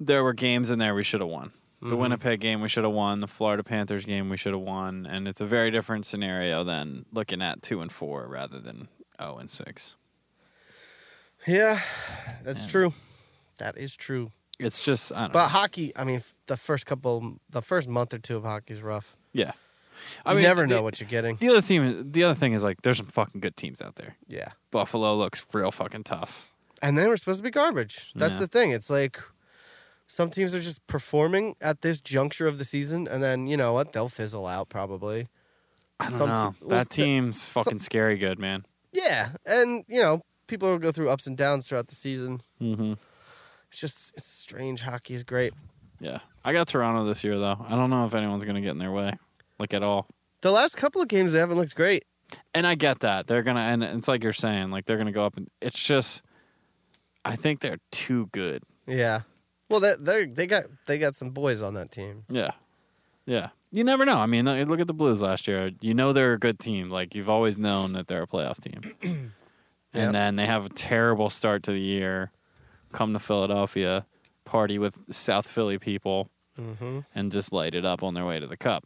Speaker 1: there were games in there we should have won. The
Speaker 2: Mhm.
Speaker 1: Winnipeg game we should have won. The Florida Panthers game we should have won. And it's a very different scenario than looking at two and four rather than zero and six.
Speaker 2: yeah, that's
Speaker 1: Yeah.
Speaker 2: true. That is true.
Speaker 1: It's just I don't
Speaker 2: But
Speaker 1: know.
Speaker 2: hockey, I mean, the first couple, the first month or two of hockey is rough.
Speaker 1: Yeah,
Speaker 2: You
Speaker 1: mean,
Speaker 2: never
Speaker 1: the-
Speaker 2: know what you're getting.
Speaker 1: The other team, the other thing is like there's some fucking good teams out there.
Speaker 2: Yeah,
Speaker 1: Buffalo looks real fucking tough.
Speaker 2: and then we're supposed to be garbage. That's
Speaker 1: Yeah.
Speaker 2: the thing. It's like some teams are just performing at this juncture of the season, and then you know what? They'll fizzle out probably.
Speaker 1: I don't
Speaker 2: Some te-
Speaker 1: know.
Speaker 2: well,
Speaker 1: that
Speaker 2: th-
Speaker 1: team's fucking scary good, man.
Speaker 2: Yeah, and you know people will go through ups and downs throughout the season.
Speaker 1: Mm-hmm.
Speaker 2: It's just it's strange. Hockey is great.
Speaker 1: Yeah. I got Toronto this year, though. I don't know if anyone's going to get in their way, like at all.
Speaker 2: The last couple of games they haven't looked great.
Speaker 1: And I get that. They're going to, and it's like you're saying, like they're going to go up. and It's just, I think they're too good.
Speaker 2: Yeah. Well, that they they got they got some boys on that team.
Speaker 1: Yeah. Yeah. You never know. I mean, look at the Blues last year. You know they're a good team. Like you've always known that they're a playoff team. and
Speaker 2: Yep.
Speaker 1: then they have a terrible start to the year. Come to Philadelphia, party with South Philly people
Speaker 2: Mm-hmm.
Speaker 1: and just light it up on their way to the cup.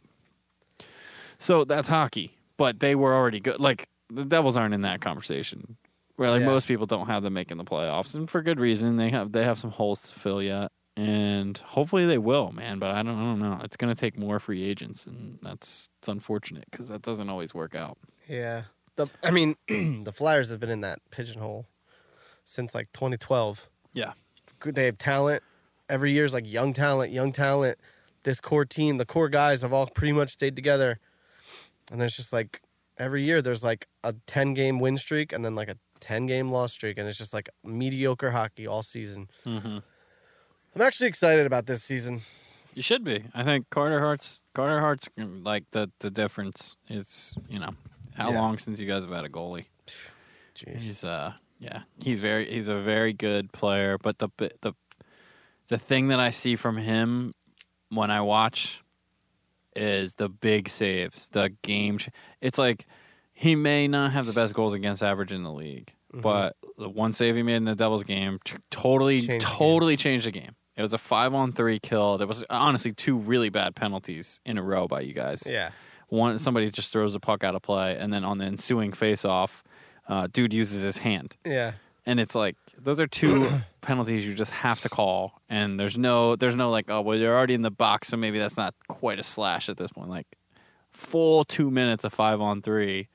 Speaker 1: So that's hockey, but they were already good. Like the Devils aren't in that conversation. Where like
Speaker 2: Yeah.
Speaker 1: most people don't have them making the playoffs, and for good reason. They have they have some holes to fill yet, and hopefully they will, man. But I don't I don't know. It's gonna take more free agents, and that's it's unfortunate because that doesn't always work out.
Speaker 2: Yeah. The I mean, the Flyers have been in that pigeonhole since like 2012.
Speaker 1: Yeah.
Speaker 2: Good- They have talent. Every year's like young talent, young talent. This core team, the core guys have all pretty much stayed together. And it's just like every year there's like a 10 game win streak and then like a 10 game loss streak and it's just like mediocre hockey all season.
Speaker 1: Mm-hmm.
Speaker 2: I'm actually excited about this season.
Speaker 1: You should be. I think Carter Hart's Carter Hart's like the the difference is you know how
Speaker 2: Yeah.
Speaker 1: long since you guys have had a goalie.
Speaker 2: Jeez.
Speaker 1: He's uh yeah, he's very he's a very good player, but the bi- the the thing that I see from him when I watch is the big saves, the game. ch- It's like he may not have the best goals against average in the league,
Speaker 2: Mhm.
Speaker 1: but the one save he made in the Devils game ch- totally
Speaker 2: Changed the game.
Speaker 1: totally changed the game. It was a 5 on 3 kill. There was honestly two really bad penalties in a row by you guys
Speaker 2: Yeah.
Speaker 1: one somebody just throws a puck out of play, and then on the ensuing face-off, uh, dude uses his hand,
Speaker 2: Yeah.
Speaker 1: and it's like those are two penalties you just have to call, and there's no there's no like oh well you're already in the box, so maybe that's not quite a slash at this point. Like full two minutes of five on three,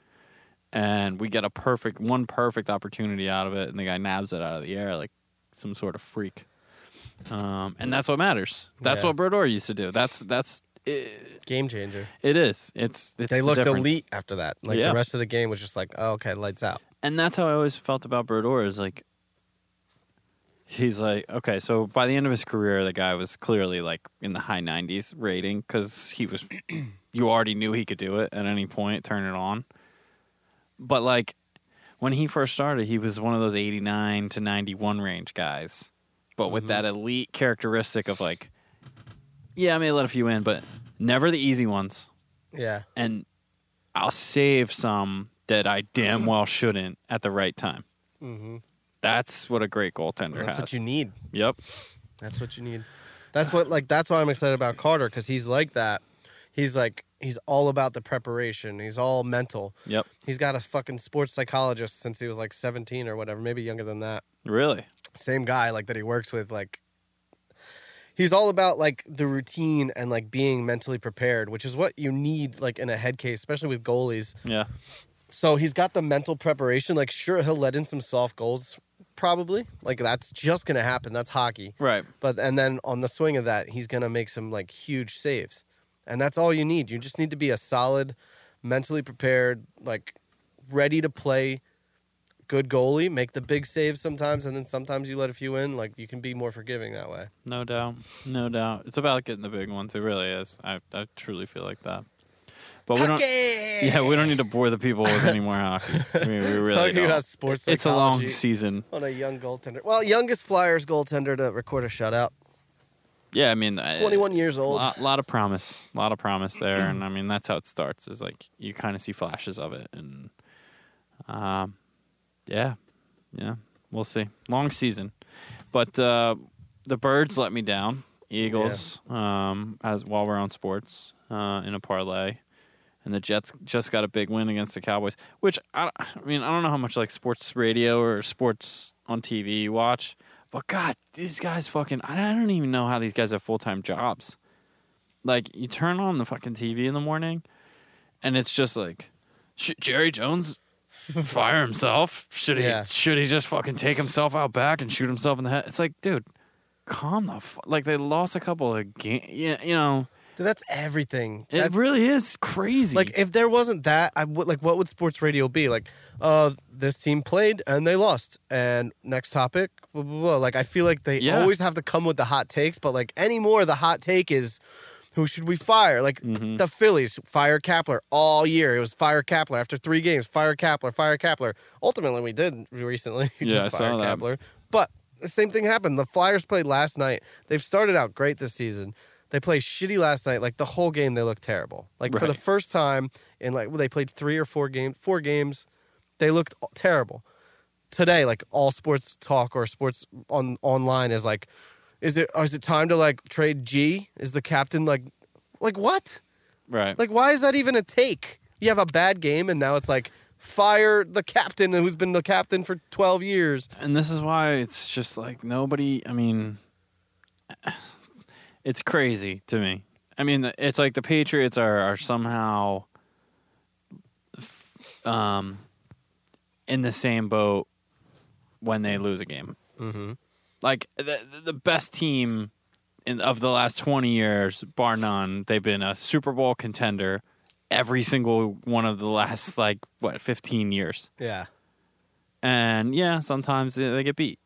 Speaker 1: and we get a perfect one perfect opportunity out of it, and the guy nabs it out of the air like some sort of freak. Um, and that's what matters. That's
Speaker 2: Yeah.
Speaker 1: what Brodeur used to do. That's that's it,
Speaker 2: Game changer.
Speaker 1: it is. It's, it's
Speaker 2: They
Speaker 1: the
Speaker 2: looked
Speaker 1: difference.
Speaker 2: elite after that. Like
Speaker 1: Yeah.
Speaker 2: the rest of the game was just like, oh, okay, lights out.
Speaker 1: and that's how I always felt about Brodeur is like he's like okay, so by the end of his career, the guy was clearly like in the high nineties rating because he was you already knew he could do it at any point, turn it on. But like when he first started, he was one of those eighty nine to ninety one range guys, but with
Speaker 2: Mhm.
Speaker 1: that elite characteristic of like, yeah, I may let a few in, but never the easy ones
Speaker 2: Yeah.
Speaker 1: and I'll save some that I damn well shouldn't at the right time.
Speaker 2: Mm-hmm.
Speaker 1: That's what a great goaltender
Speaker 2: That's
Speaker 1: has.
Speaker 2: what you need.
Speaker 1: Yep.
Speaker 2: That's what you need. That's what like that's why I'm excited about Carter because he's like that. He's like he's all about the preparation. He's all mental.
Speaker 1: Yep.
Speaker 2: He's got a fucking sports psychologist since he was like 17 or whatever, maybe younger than that.
Speaker 1: Really.
Speaker 2: Same guy like that he works with like he's all about like the routine and like being mentally prepared, which is what you need like in a head case, especially with goalies.
Speaker 1: Yeah.
Speaker 2: So he's got the mental preparation. Like, sure, he'll let in some soft goals, probably. Like, that's just going to happen. That's hockey.
Speaker 1: Right.
Speaker 2: But, and then on the swing of that, he's going to make some like huge saves. And that's all you need. You just need to be a solid, mentally prepared, like ready to play good goalie, make the big saves sometimes. And then sometimes you let a few in. Like, you can be more forgiving that way.
Speaker 1: No doubt. No doubt. It's about getting the big ones. It really is. I I truly feel like that. But we don't. Yeah, we don't need to bore the people with any more hockey. I mean, we really
Speaker 2: Talking
Speaker 1: don't.
Speaker 2: about sports
Speaker 1: it's a long
Speaker 2: psychology
Speaker 1: season.
Speaker 2: on a young goaltender. Well, youngest Flyers goaltender to record a shutout.
Speaker 1: Yeah, I mean, I-
Speaker 2: 21 years old.
Speaker 1: lot, lot of promise, lot of promise there, and I mean that's how it starts. Is like you kind of see flashes of it, and um, yeah, yeah, we'll see. Long season, but uh, the birds let me down. Eagles, um, as while we're on sports, uh, in a parlay, and the Jets just got a big win against the Cowboys. Which I, I mean, I don't know how much like sports radio or sports on TV you watch. But God, these guys fucking, I I don't even know how these guys have full time jobs like you turn on the fucking TV in the morning, and it's just like, should Jerry Jones fire himself? Should he?
Speaker 2: Yeah.
Speaker 1: Should he just fucking take himself out back and shoot himself in the head? It's like, dude, calm the fuck. Like they lost a couple of games. Yeah, you know,
Speaker 2: Dude, that's everything.
Speaker 1: it
Speaker 2: That's-
Speaker 1: really is crazy.
Speaker 2: like if there wasn't that, I would like what would sports radio be? Like, uh, this team played and they lost. And next topic, blah, blah, blah. Like I feel like they
Speaker 1: Yeah.
Speaker 2: always have to come with the hot takes, but like anymore the hot take is who should we fire? Like
Speaker 1: Mhm.
Speaker 2: the Phillies fire Kapler all year. It was fire Kapler after three games. Fire Kapler, fire Kapler. Ultimately, we did recently just
Speaker 1: Yeah, I
Speaker 2: fire
Speaker 1: saw that.
Speaker 2: Kapler. But the same thing happened. The Flyers played last night. They've started out great this season. They played shitty last night. Like the whole game, they looked terrible. Like for the
Speaker 1: Right.
Speaker 2: first time in like well, they played three or four games. Four games, they looked terrible. Today, like all sports talk or sports on online is like, is it is it time to like trade G? Is the captain like, like what?
Speaker 1: right?
Speaker 2: Like, why is that even a take? You have a bad game, and now it's like fire the captain who's been the captain for twelve years.
Speaker 1: and this is why it's just like nobody. I mean, it's crazy to me. I mean, it's like the Patriots are are somehow um in the same boat when they lose a game.
Speaker 2: Mm-hmm.
Speaker 1: Like the the best team in, of the last twenty years, bar none, they've been a Super Bowl contender every single one of the last like what fifteen years
Speaker 2: Yeah.
Speaker 1: and yeah, sometimes they, they get beat.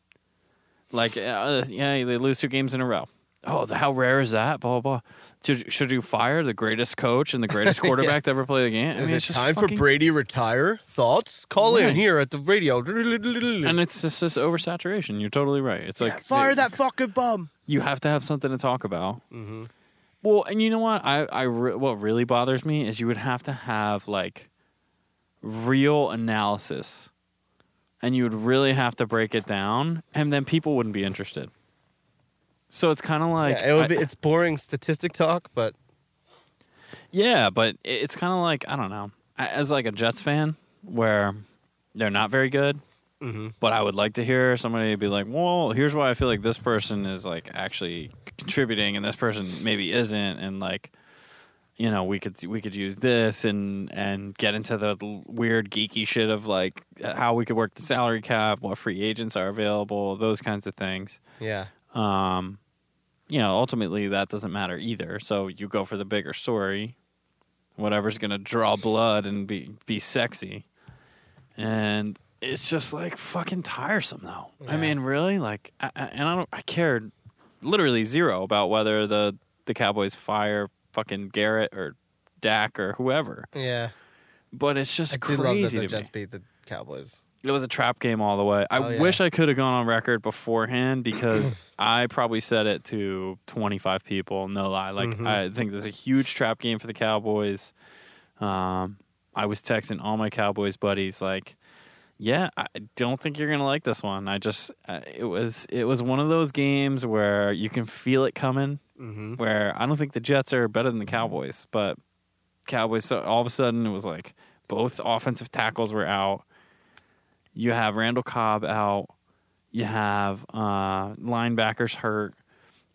Speaker 1: Like uh, yeah, they lose two games in a row. Oh, the, how rare is that? Blah blah. blah. Should, should you fire the greatest coach and the greatest quarterback to ever play the game? I mean, it's just fucking-
Speaker 2: Brady retire? Thoughts? Call
Speaker 1: Right.
Speaker 2: here at the radio.
Speaker 1: And it's just this oversaturation. You're totally right. It's like
Speaker 2: fire that fucking bum.
Speaker 1: You have to have something to talk about.
Speaker 2: Mm-hmm.
Speaker 1: Well, and you know what? I, I re- what really bothers me is you would have to have like real analysis, and you would really have to break it down, and then people wouldn't be interested. So it's kind of like
Speaker 2: yeah, it would
Speaker 1: I-
Speaker 2: be. It's boring statistic talk, but
Speaker 1: yeah, but it- it's kind of like I don't know. I- As like a Jets fan, where they're not very good,
Speaker 2: Mhm.
Speaker 1: but I would like to hear somebody be like, "Well, here's why I feel like this person is like actually contributing, and this person maybe isn't," and like, you know, we could we could use this and and get into the l- weird geeky shit of like how we could work the salary cap, what free agents are available, those kinds of things
Speaker 2: yeah,
Speaker 1: um, you know, ultimately that doesn't matter either. So you go for the bigger story, whatever's going to draw blood and be be sexy. And it's just like fucking tiresome, though. I
Speaker 2: Yeah.
Speaker 1: mean, really, like, I, I, and I don't, I cared literally zero about whether the the Cowboys fire fucking Garrett or Dak or whoever.
Speaker 2: yeah.
Speaker 1: But it's just
Speaker 2: I do
Speaker 1: crazy
Speaker 2: love that the
Speaker 1: to me
Speaker 2: Jets beat the Cowboys.
Speaker 1: it was a trap game all the way. I
Speaker 2: Oh, yeah.
Speaker 1: wish I could have gone on record beforehand because I probably said it to 25 people. No lie. Like,
Speaker 2: Mhm.
Speaker 1: I think there's a huge trap game for the Cowboys. Um, I was texting all my Cowboys buddies, like, yeah, I don't think you're gonna like this one. I just, uh, it was, it was one of those games where you can feel it coming.
Speaker 2: Mm-hmm.
Speaker 1: Where I don't think the Jets are better than the Cowboys, but Cowboys. So all of a sudden, it was like both offensive tackles were out. You have Randall Cobb out. You
Speaker 2: Mm-hmm.
Speaker 1: have uh, linebackers hurt,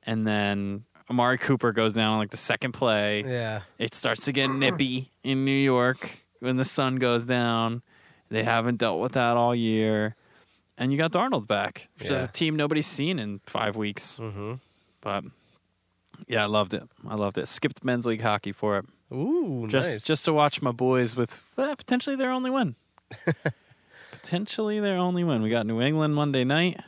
Speaker 1: and then Amari Cooper goes down on like the second play.
Speaker 2: Yeah,
Speaker 1: It starts to get nippy in New York when the sun goes down. They haven't dealt with that all year, and you got Darnold back, which
Speaker 2: Yeah.
Speaker 1: is a team nobody's seen in five weeks.
Speaker 2: mm-hmm.
Speaker 1: But yeah, I loved it. I loved it. Skipped men's league hockey for it
Speaker 2: Ooh,
Speaker 1: just
Speaker 2: nice.
Speaker 1: just to watch my boys with eh, potentially their only win. potentially their only win. We got New England Monday night.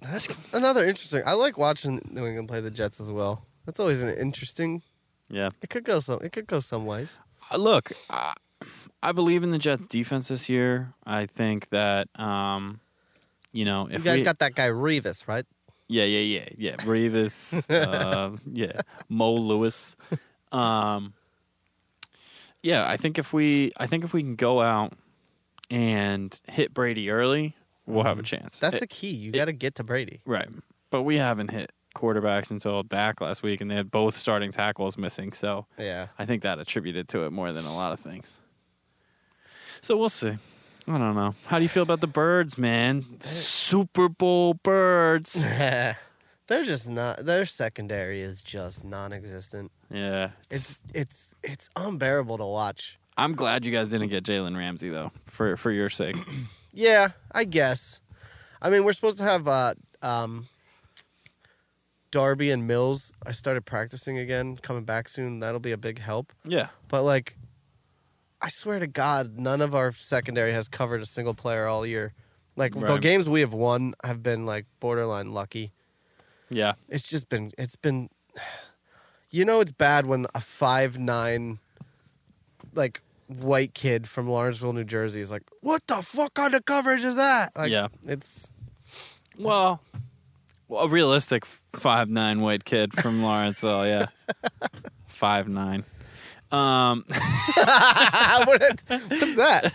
Speaker 2: That's another interesting. I like watching New England play the Jets as well. That's always an interesting.
Speaker 1: Yeah.
Speaker 2: It could go some. It could go some ways.
Speaker 1: Uh, Look, I, I believe in the Jets defense this year. I think that um you know, if
Speaker 2: you guys
Speaker 1: we,
Speaker 2: got that guy Revis, right?
Speaker 1: Yeah, yeah, yeah, yeah. Revis, uh, yeah, Mo Lewis. Um, yeah, I think if we, I think if we can go out and hit Brady early, we'll have a chance.
Speaker 2: Mm-hmm. That's
Speaker 1: It-
Speaker 2: the key. You got to get to Brady.
Speaker 1: right, but we haven't hit quarterbacks until Dak last week, and they had both starting tackles missing. So
Speaker 2: Yeah.
Speaker 1: I think that attributed to it more than a lot of things. So we'll see. I don't know. How do you feel about the birds, man? Super Bowl birds.
Speaker 2: they're just not. Their secondary is just non-existent.
Speaker 1: Yeah,
Speaker 2: It's it's it's unbearable to watch.
Speaker 1: I'm glad you guys didn't get Jalen Ramsey though, for for your sake.
Speaker 2: Yeah, I guess. I mean, we're supposed to have uh, Um, Darby and Mills, I started practicing again. Coming back soon, that'll be a big help.
Speaker 1: Yeah.
Speaker 2: But like, I swear to God, none of our secondary has covered a single player all year. Like the
Speaker 1: Right.
Speaker 2: games we have won have been like borderline lucky.
Speaker 1: Yeah.
Speaker 2: It's just been it's been, you know, it's bad when a five nine, like white kid from Lawrenceville, New Jersey, is like, what the fuck kind of coverage is that? Like,
Speaker 1: Yeah.
Speaker 2: it's
Speaker 1: Well, well, a realistic five nine white kid from Lawrenceville. Yeah, five nine. Um,
Speaker 2: What- what's that?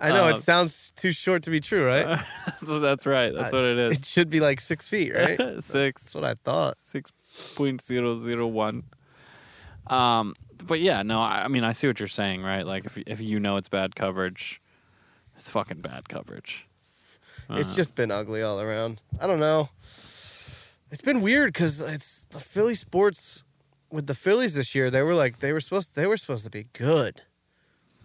Speaker 2: I know
Speaker 1: Uh,
Speaker 2: it sounds too short to be true, right?
Speaker 1: so that's right. That's
Speaker 2: I-
Speaker 1: what it
Speaker 2: It
Speaker 1: is.
Speaker 2: should be like six feet, right? That's
Speaker 1: Six.
Speaker 2: what I thought.
Speaker 1: Six point zero zero one. Um, but yeah, no, I, I mean, I see what you're saying, right? Like, if if you know it's bad coverage, it's fucking bad coverage.
Speaker 2: It's
Speaker 1: Uh,
Speaker 2: just been ugly all around. I don't know. It's been weird because it's the Philly sports with the Phillies this year. They were like they were supposed they were supposed to be good,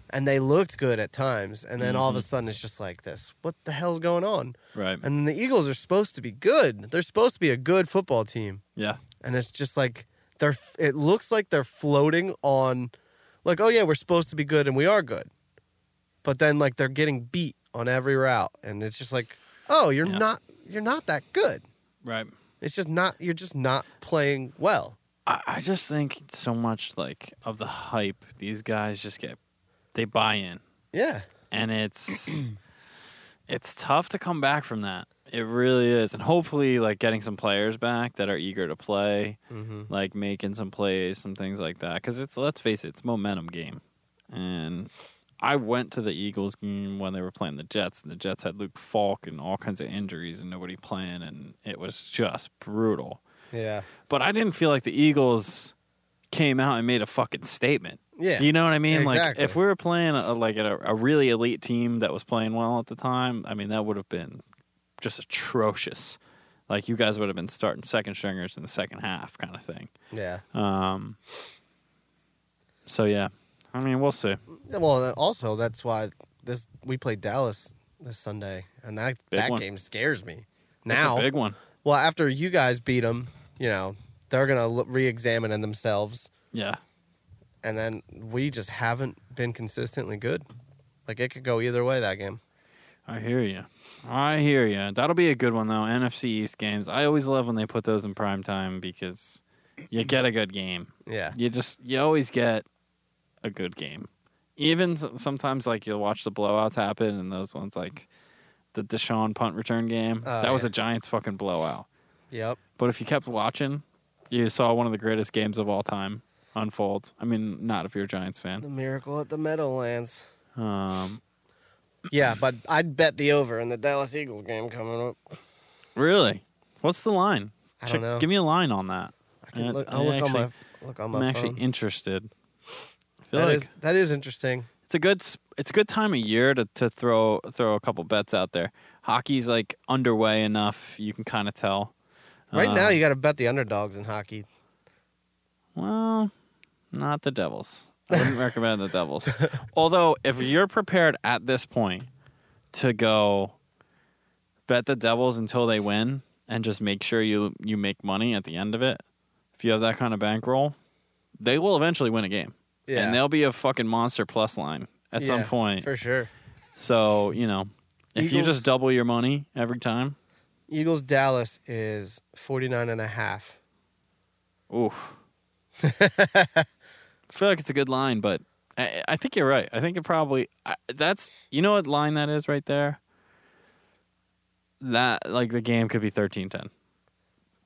Speaker 2: and they looked good at times. And then all of a sudden, it's just like this. What the hell's going on?
Speaker 1: right.
Speaker 2: And then the Eagles are supposed to be good. They're supposed to be a good football team.
Speaker 1: Yeah.
Speaker 2: and it's just like they're it looks like they're floating on like oh yeah we're supposed to be good and we are good but then like they're getting beat on every route and it's just like oh you're
Speaker 1: Yeah.
Speaker 2: not you're not that good
Speaker 1: Right.
Speaker 2: it's just not you're just not playing well
Speaker 1: I, I just think so much like of the hype. These guys just get they buy in.
Speaker 2: yeah
Speaker 1: and it's it's tough to come back from that. It really is, and hopefully, like getting some players back that are eager to play,
Speaker 2: mm-hmm.
Speaker 1: like making some plays, some things like that. Because it's let's face it, it's a momentum game. And I went to the Eagles game when they were playing the Jets, and the Jets had Luke Falk and all kinds of injuries, and nobody playing, and it was just brutal.
Speaker 2: yeah
Speaker 1: But I didn't feel like the Eagles came out and made a fucking statement.
Speaker 2: yeah
Speaker 1: Do you know what I mean? Like
Speaker 2: Exactly.
Speaker 1: if we were playing a, like at a, a really elite team that was playing well at the time, I mean that would have been just atrocious. Like you guys would have been starting second stringers in the second half, kind of thing.
Speaker 2: yeah
Speaker 1: Um, so yeah, I mean we'll see.
Speaker 2: well that- also that's why this we played dallas this sunday and that
Speaker 1: Big
Speaker 2: that
Speaker 1: one.
Speaker 2: game scares me
Speaker 1: That's
Speaker 2: now
Speaker 1: a big one.
Speaker 2: well after you guys beat them you know they're gonna l- re-examine in themselves
Speaker 1: Yeah,
Speaker 2: and then we just haven't been consistently good. Like it could go either way that game.
Speaker 1: I hear you. I hear you. That'll be a good one though. NFC East games. I always love when they put those in prime time because you get a good game.
Speaker 2: Yeah,
Speaker 1: you just you always get a good game even s- sometimes like you'll watch the blowouts happen and those ones like the deshaun punt return game
Speaker 2: Oh,
Speaker 1: that was
Speaker 2: yeah.
Speaker 1: a giants fucking blowout
Speaker 2: yep,
Speaker 1: but if you kept watching you saw one of the greatest games of all time unfold i mean not if you're a giants fan
Speaker 2: the miracle at the Meadowlands.
Speaker 1: um
Speaker 2: Yeah, but I'd bet the over in the Dallas Eagles game coming up.
Speaker 1: really what's the line
Speaker 2: I don't know.
Speaker 1: give me a line on that
Speaker 2: I can
Speaker 1: Uh,
Speaker 2: look,
Speaker 1: I
Speaker 2: I'll look on
Speaker 1: actually-
Speaker 2: my look on
Speaker 1: i'm
Speaker 2: my
Speaker 1: actually
Speaker 2: phone.
Speaker 1: interested I feel
Speaker 2: That
Speaker 1: like
Speaker 2: is- that is interesting.
Speaker 1: it's a good s- it's a good time of year to, to throw throw a couple bets out there. Hockey's like underway enough; you can kind of tell.
Speaker 2: Right
Speaker 1: Uh,
Speaker 2: now, you got to bet the underdogs in hockey.
Speaker 1: well, not the Devils. I wouldn't recommend the Devils. Although, if you're prepared at this point to go bet the Devils until they win and just make sure you you make money at the end of it, if you have that kind of bankroll, they will eventually win a game,
Speaker 2: Yeah,
Speaker 1: and they'll be a fucking monster plus line at some
Speaker 2: Yeah,
Speaker 1: point.
Speaker 2: for sure.
Speaker 1: So you know, if you
Speaker 2: Eagles-
Speaker 1: just double your money every time,
Speaker 2: Eagles Dallas is 49 and a half.
Speaker 1: oof. I feel like it's a good line, but I, I think you're right. I think it probably I, that's you know what line that is right there. That like the game could be 13-10.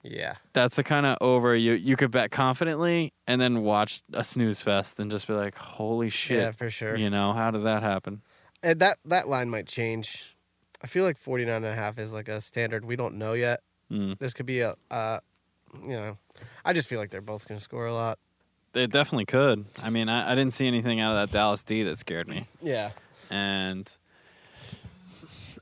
Speaker 2: Yeah,
Speaker 1: That's the kind of over you you could bet confidently and then watch a snooze fest and just be like, holy shit.
Speaker 2: yeah, for sure.
Speaker 1: You know, how did that happen?
Speaker 2: And that that line might change. I feel like 49 and a half is like a standard. We don't know yet.
Speaker 1: Mm.
Speaker 2: this could be a, uh, you know, I just feel like they're both going to score a lot.
Speaker 1: They definitely could. I mean, I, I didn't see anything out of that Dallas D that scared me.
Speaker 2: Yeah.
Speaker 1: and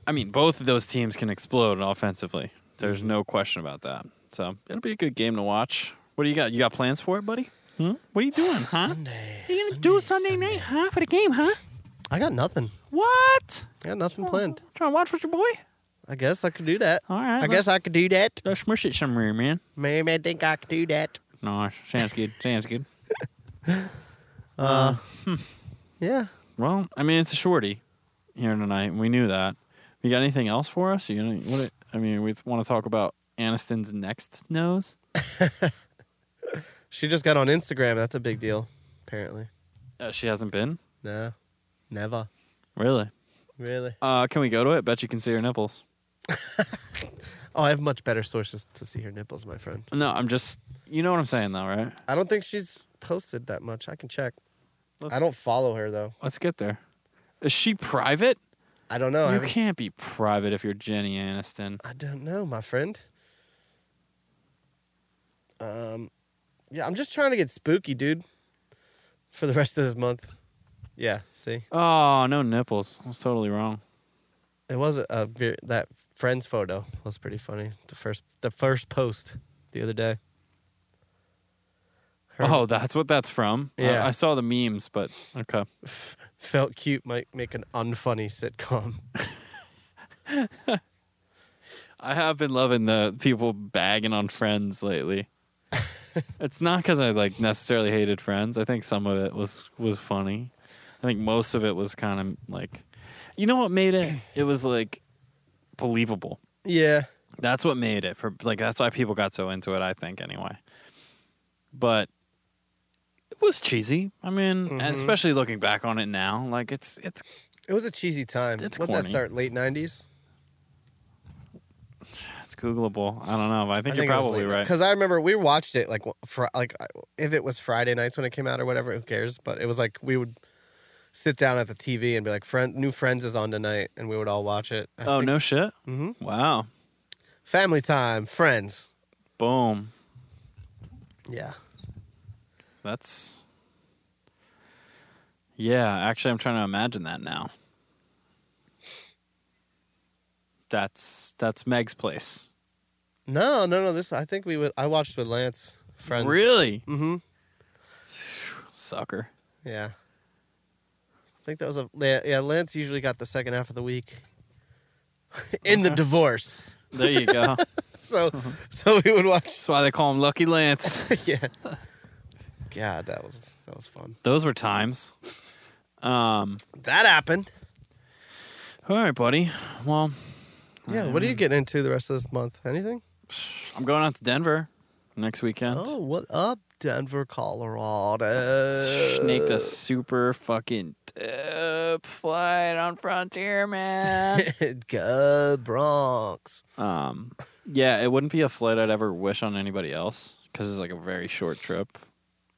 Speaker 1: I mean both of those teams can explode offensively. There's no question about that. So it'll be a good game to watch. What do you got? You got plans for it, buddy? Hmm? What are you doing, huh?
Speaker 2: Sunday.
Speaker 1: you gonna do Sunday, night, huh? For the game, huh?
Speaker 2: I got nothing.
Speaker 1: What?
Speaker 2: I got nothing planned.
Speaker 1: Trying to watch with your boy?
Speaker 2: I guess I could do that.
Speaker 1: Oh. All right.
Speaker 2: I guess I could do that.
Speaker 1: Let's smush it somewhere, man.
Speaker 2: Maybe I think I could do that.
Speaker 1: No, sounds good. Sounds good.
Speaker 2: Uh, yeah.
Speaker 1: Well, I mean, it's a shorty here tonight, and we knew that. You got anything else for us? You gonna, what? I mean, we want to talk about Aniston's next nose.
Speaker 2: She just got on Instagram. That's a big deal, apparently.
Speaker 1: Uh, she hasn't been
Speaker 2: No, never.
Speaker 1: really.
Speaker 2: Really?
Speaker 1: Uh, can we go to it? Bet you can see her nipples.
Speaker 2: Oh, I have much better sources to see her nipples, my friend.
Speaker 1: No, I'm just. You know what I'm saying, though, right?
Speaker 2: I don't think she's posted that much. I can check.
Speaker 1: Let's-
Speaker 2: I don't follow her though.
Speaker 1: Let's get there. Is she private?
Speaker 2: I don't know.
Speaker 1: you
Speaker 2: I, haven't-
Speaker 1: can't be private if you're Jenny Aniston.
Speaker 2: I don't know, my friend. Um, yeah, I'm just trying to get spooky, dude. For the rest of this month. Yeah. See,
Speaker 1: Oh, no nipples. I was totally wrong.
Speaker 2: it was a, a ve- that friend's photo was pretty funny. The first the first post the other day. Her
Speaker 1: Oh, that's what that's from. I-
Speaker 2: Yeah.
Speaker 1: I, saw the memes, but okay.
Speaker 2: felt cute might make an unfunny sitcom.
Speaker 1: I have been loving the people bagging on Friends lately. it's not because I like necessarily hated Friends. I think some of it was was funny. I think most of it was kind of like, you know what made it? It was like believable.
Speaker 2: Yeah.
Speaker 1: That's what made it for like that's why people got so into it, I think anyway. But it was cheesy. I mean, and
Speaker 2: Mhm.
Speaker 1: especially looking back on it now, like it's it's
Speaker 2: It was a cheesy time.
Speaker 1: It's
Speaker 2: What'd that
Speaker 1: corny.
Speaker 2: start? Late nineties.
Speaker 1: it's googleable. I don't know. but I think you're probably right.
Speaker 2: Because I remember we watched it like fr- like I- if it was Friday nights when it came out or whatever, who cares? But it was like we would sit down at the TV and be like, "Friend, new Friends is on tonight," and we would all watch it. I
Speaker 1: Oh
Speaker 2: think-
Speaker 1: no shit.
Speaker 2: Mhm.
Speaker 1: Wow.
Speaker 2: Family time, Friends.
Speaker 1: Boom.
Speaker 2: Yeah,
Speaker 1: That's Yeah, actually I'm trying to imagine that now. That's that's Meg's place.
Speaker 2: no, no, no. This I think we would. I watched with Lance. Friends.
Speaker 1: Really?
Speaker 2: Mm-hmm.
Speaker 1: Sucker.
Speaker 2: Yeah. I think that was a yeah, yeah. Lance usually got the second half of the week in the
Speaker 1: Okay.
Speaker 2: divorce,
Speaker 1: There you go.
Speaker 2: so so we would watch
Speaker 1: That's why they call him Lucky Lance.
Speaker 2: yeah. God, that was that was fun.
Speaker 1: Those were times. Um.
Speaker 2: That happened.
Speaker 1: All right, buddy. Well,
Speaker 2: Yeah.
Speaker 1: I
Speaker 2: What are you
Speaker 1: mean,
Speaker 2: getting into the rest of this month? Anything?
Speaker 1: I'm going out to Denver next weekend.
Speaker 2: Oh, what up, Denver, Colorado?
Speaker 1: Snaked a super fucking dope flight on Frontier, man.
Speaker 2: Go Bronx.
Speaker 1: um. Yeah, it wouldn't be a flight I'd ever wish on anybody else because it's like a very short trip,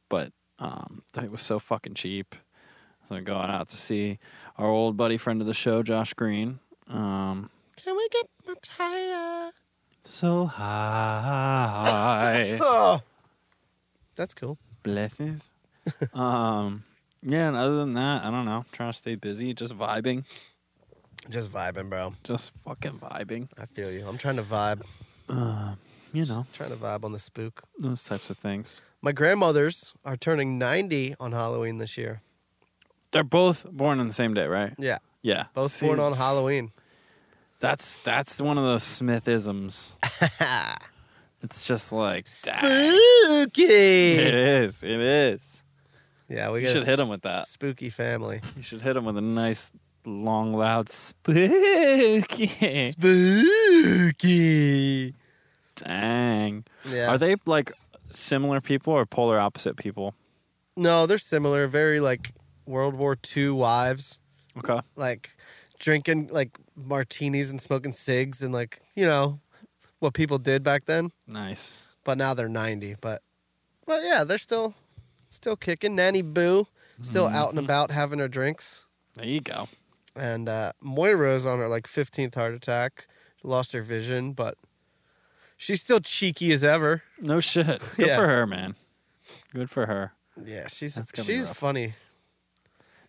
Speaker 1: but um, it was so fucking cheap. So I'm going out to see our old buddy friend of the show, Josh Green. Um.
Speaker 2: Can we get much higher?
Speaker 1: So high.
Speaker 2: Oh, that's cool.
Speaker 1: blessings. um, yeah, and other than that, I don't know. Trying to stay busy, just vibing,
Speaker 2: Just vibing, bro.
Speaker 1: just fucking vibing.
Speaker 2: I feel you. I'm trying to vibe.
Speaker 1: Um, you know
Speaker 2: Trying to vibe on the spook.
Speaker 1: those types of things.
Speaker 2: My grandmothers are turning 90 on Halloween this year.
Speaker 1: They're both born on the same day, right?
Speaker 2: Yeah,
Speaker 1: Yeah,
Speaker 2: both
Speaker 1: See,
Speaker 2: born on Halloween.
Speaker 1: That's that's one of those Smithisms. It's just like dang. It
Speaker 2: Spooky.
Speaker 1: is. It is.
Speaker 2: Yeah, we
Speaker 1: You
Speaker 2: got
Speaker 1: should hit him with that.
Speaker 2: Spooky family.
Speaker 1: You should hit him with a nice, long, loud spooky.
Speaker 2: Spooky.
Speaker 1: Dang.
Speaker 2: Yeah.
Speaker 1: Are they like similar people or polar opposite people?
Speaker 2: No, they're similar. Very like World War II wives,
Speaker 1: Okay.
Speaker 2: like drinking like martinis and smoking cigs and like you know what people did back then.
Speaker 1: Nice.
Speaker 2: But now they're ninety. But but yeah, they're still still kicking. Nanny Boo still out
Speaker 1: Mm-hmm.
Speaker 2: and about having her drinks.
Speaker 1: There you go.
Speaker 2: And uh, Moira's on her like fifteenth heart attack. Lost her vision, but she's still cheeky as ever.
Speaker 1: No shit. Good
Speaker 2: Yeah.
Speaker 1: for her, man. Good for her.
Speaker 2: Yeah, she's
Speaker 1: That's gonna be
Speaker 2: she's
Speaker 1: rough.
Speaker 2: funny.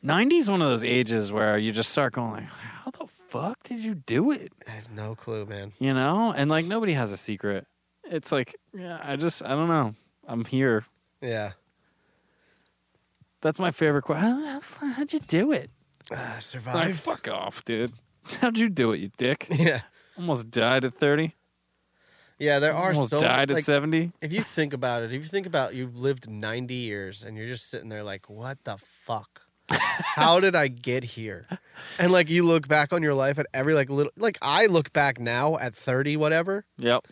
Speaker 1: 90's one of those ages where you just start going like, how the fuck did you do it?
Speaker 2: I have no clue, man.
Speaker 1: You know? And like nobody has a secret. It's like, yeah, I just I don't know. I'm here.
Speaker 2: Yeah.
Speaker 1: That's my favorite question. How the fuck- How'd you do it?
Speaker 2: Uh,
Speaker 1: Like,
Speaker 2: survived.
Speaker 1: fuck off, dude. How'd you do it, you dick?
Speaker 2: Yeah.
Speaker 1: Almost died at 30.
Speaker 2: Yeah, there are
Speaker 1: Almost
Speaker 2: so
Speaker 1: died
Speaker 2: like,
Speaker 1: at 70.
Speaker 2: if you think about it, if you think about you've lived 90 years and you're just sitting there like, what the fuck? How did I get here? And like you look back on your life at every like little like I look back now at 30 whatever
Speaker 1: Yep.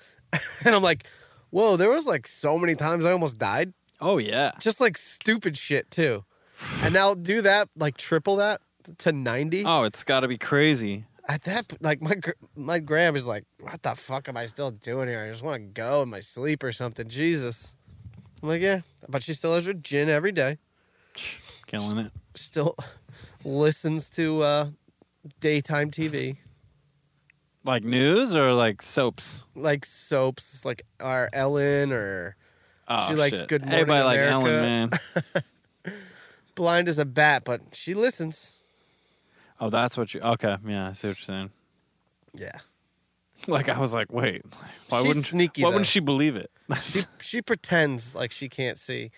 Speaker 2: and I'm like, "Whoa, there was like so many times I almost died.
Speaker 1: Oh, yeah.
Speaker 2: Just like stupid shit too." And now do that like triple that to 90.
Speaker 1: Oh, it's got to be crazy.
Speaker 2: At that p- like my gr- my gram is like, "What the fuck am I still doing here? I just want to go in my sleep or something." Jesus. I'm like, "Yeah, but she still has her gin every day."
Speaker 1: Killing it.
Speaker 2: still listens to uh, daytime TV,
Speaker 1: Like news or like soaps?
Speaker 2: like soaps, like our Ellen or
Speaker 1: Oh,
Speaker 2: She likes
Speaker 1: shit.
Speaker 2: Good Morning
Speaker 1: Everybody like Ellen,
Speaker 2: America.
Speaker 1: man.
Speaker 2: Blind as a Bat, but she listens.
Speaker 1: Oh, that's what you. Okay, yeah, I see what you're saying.
Speaker 2: Yeah,
Speaker 1: Like I was like, wait, why
Speaker 2: She's
Speaker 1: wouldn't
Speaker 2: sneaky,
Speaker 1: Why
Speaker 2: though.
Speaker 1: wouldn't she believe it?
Speaker 2: she she pretends like she can't see,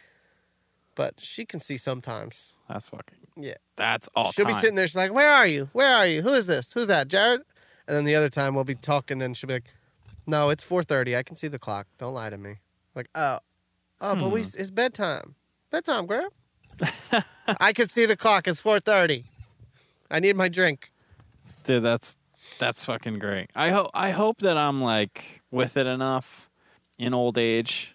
Speaker 2: but she can see sometimes.
Speaker 1: that's fucking.
Speaker 2: Yeah.
Speaker 1: That's all.
Speaker 2: she'll be
Speaker 1: time.
Speaker 2: sitting there. She's like, "Where are you? Where are you? Who is this? Who's that? Jared?" And then the other time we'll be talking, and she'll be like, "No, it's 4:30. I can see the clock. Don't lie to me." Like, "Oh, oh, but
Speaker 1: Hmm.
Speaker 2: we it's bedtime. Bedtime, girl. I can see the clock. It's 4:30. I need my drink."
Speaker 1: Dude, that's that's fucking great. I hope I hope that I'm like with it enough in old age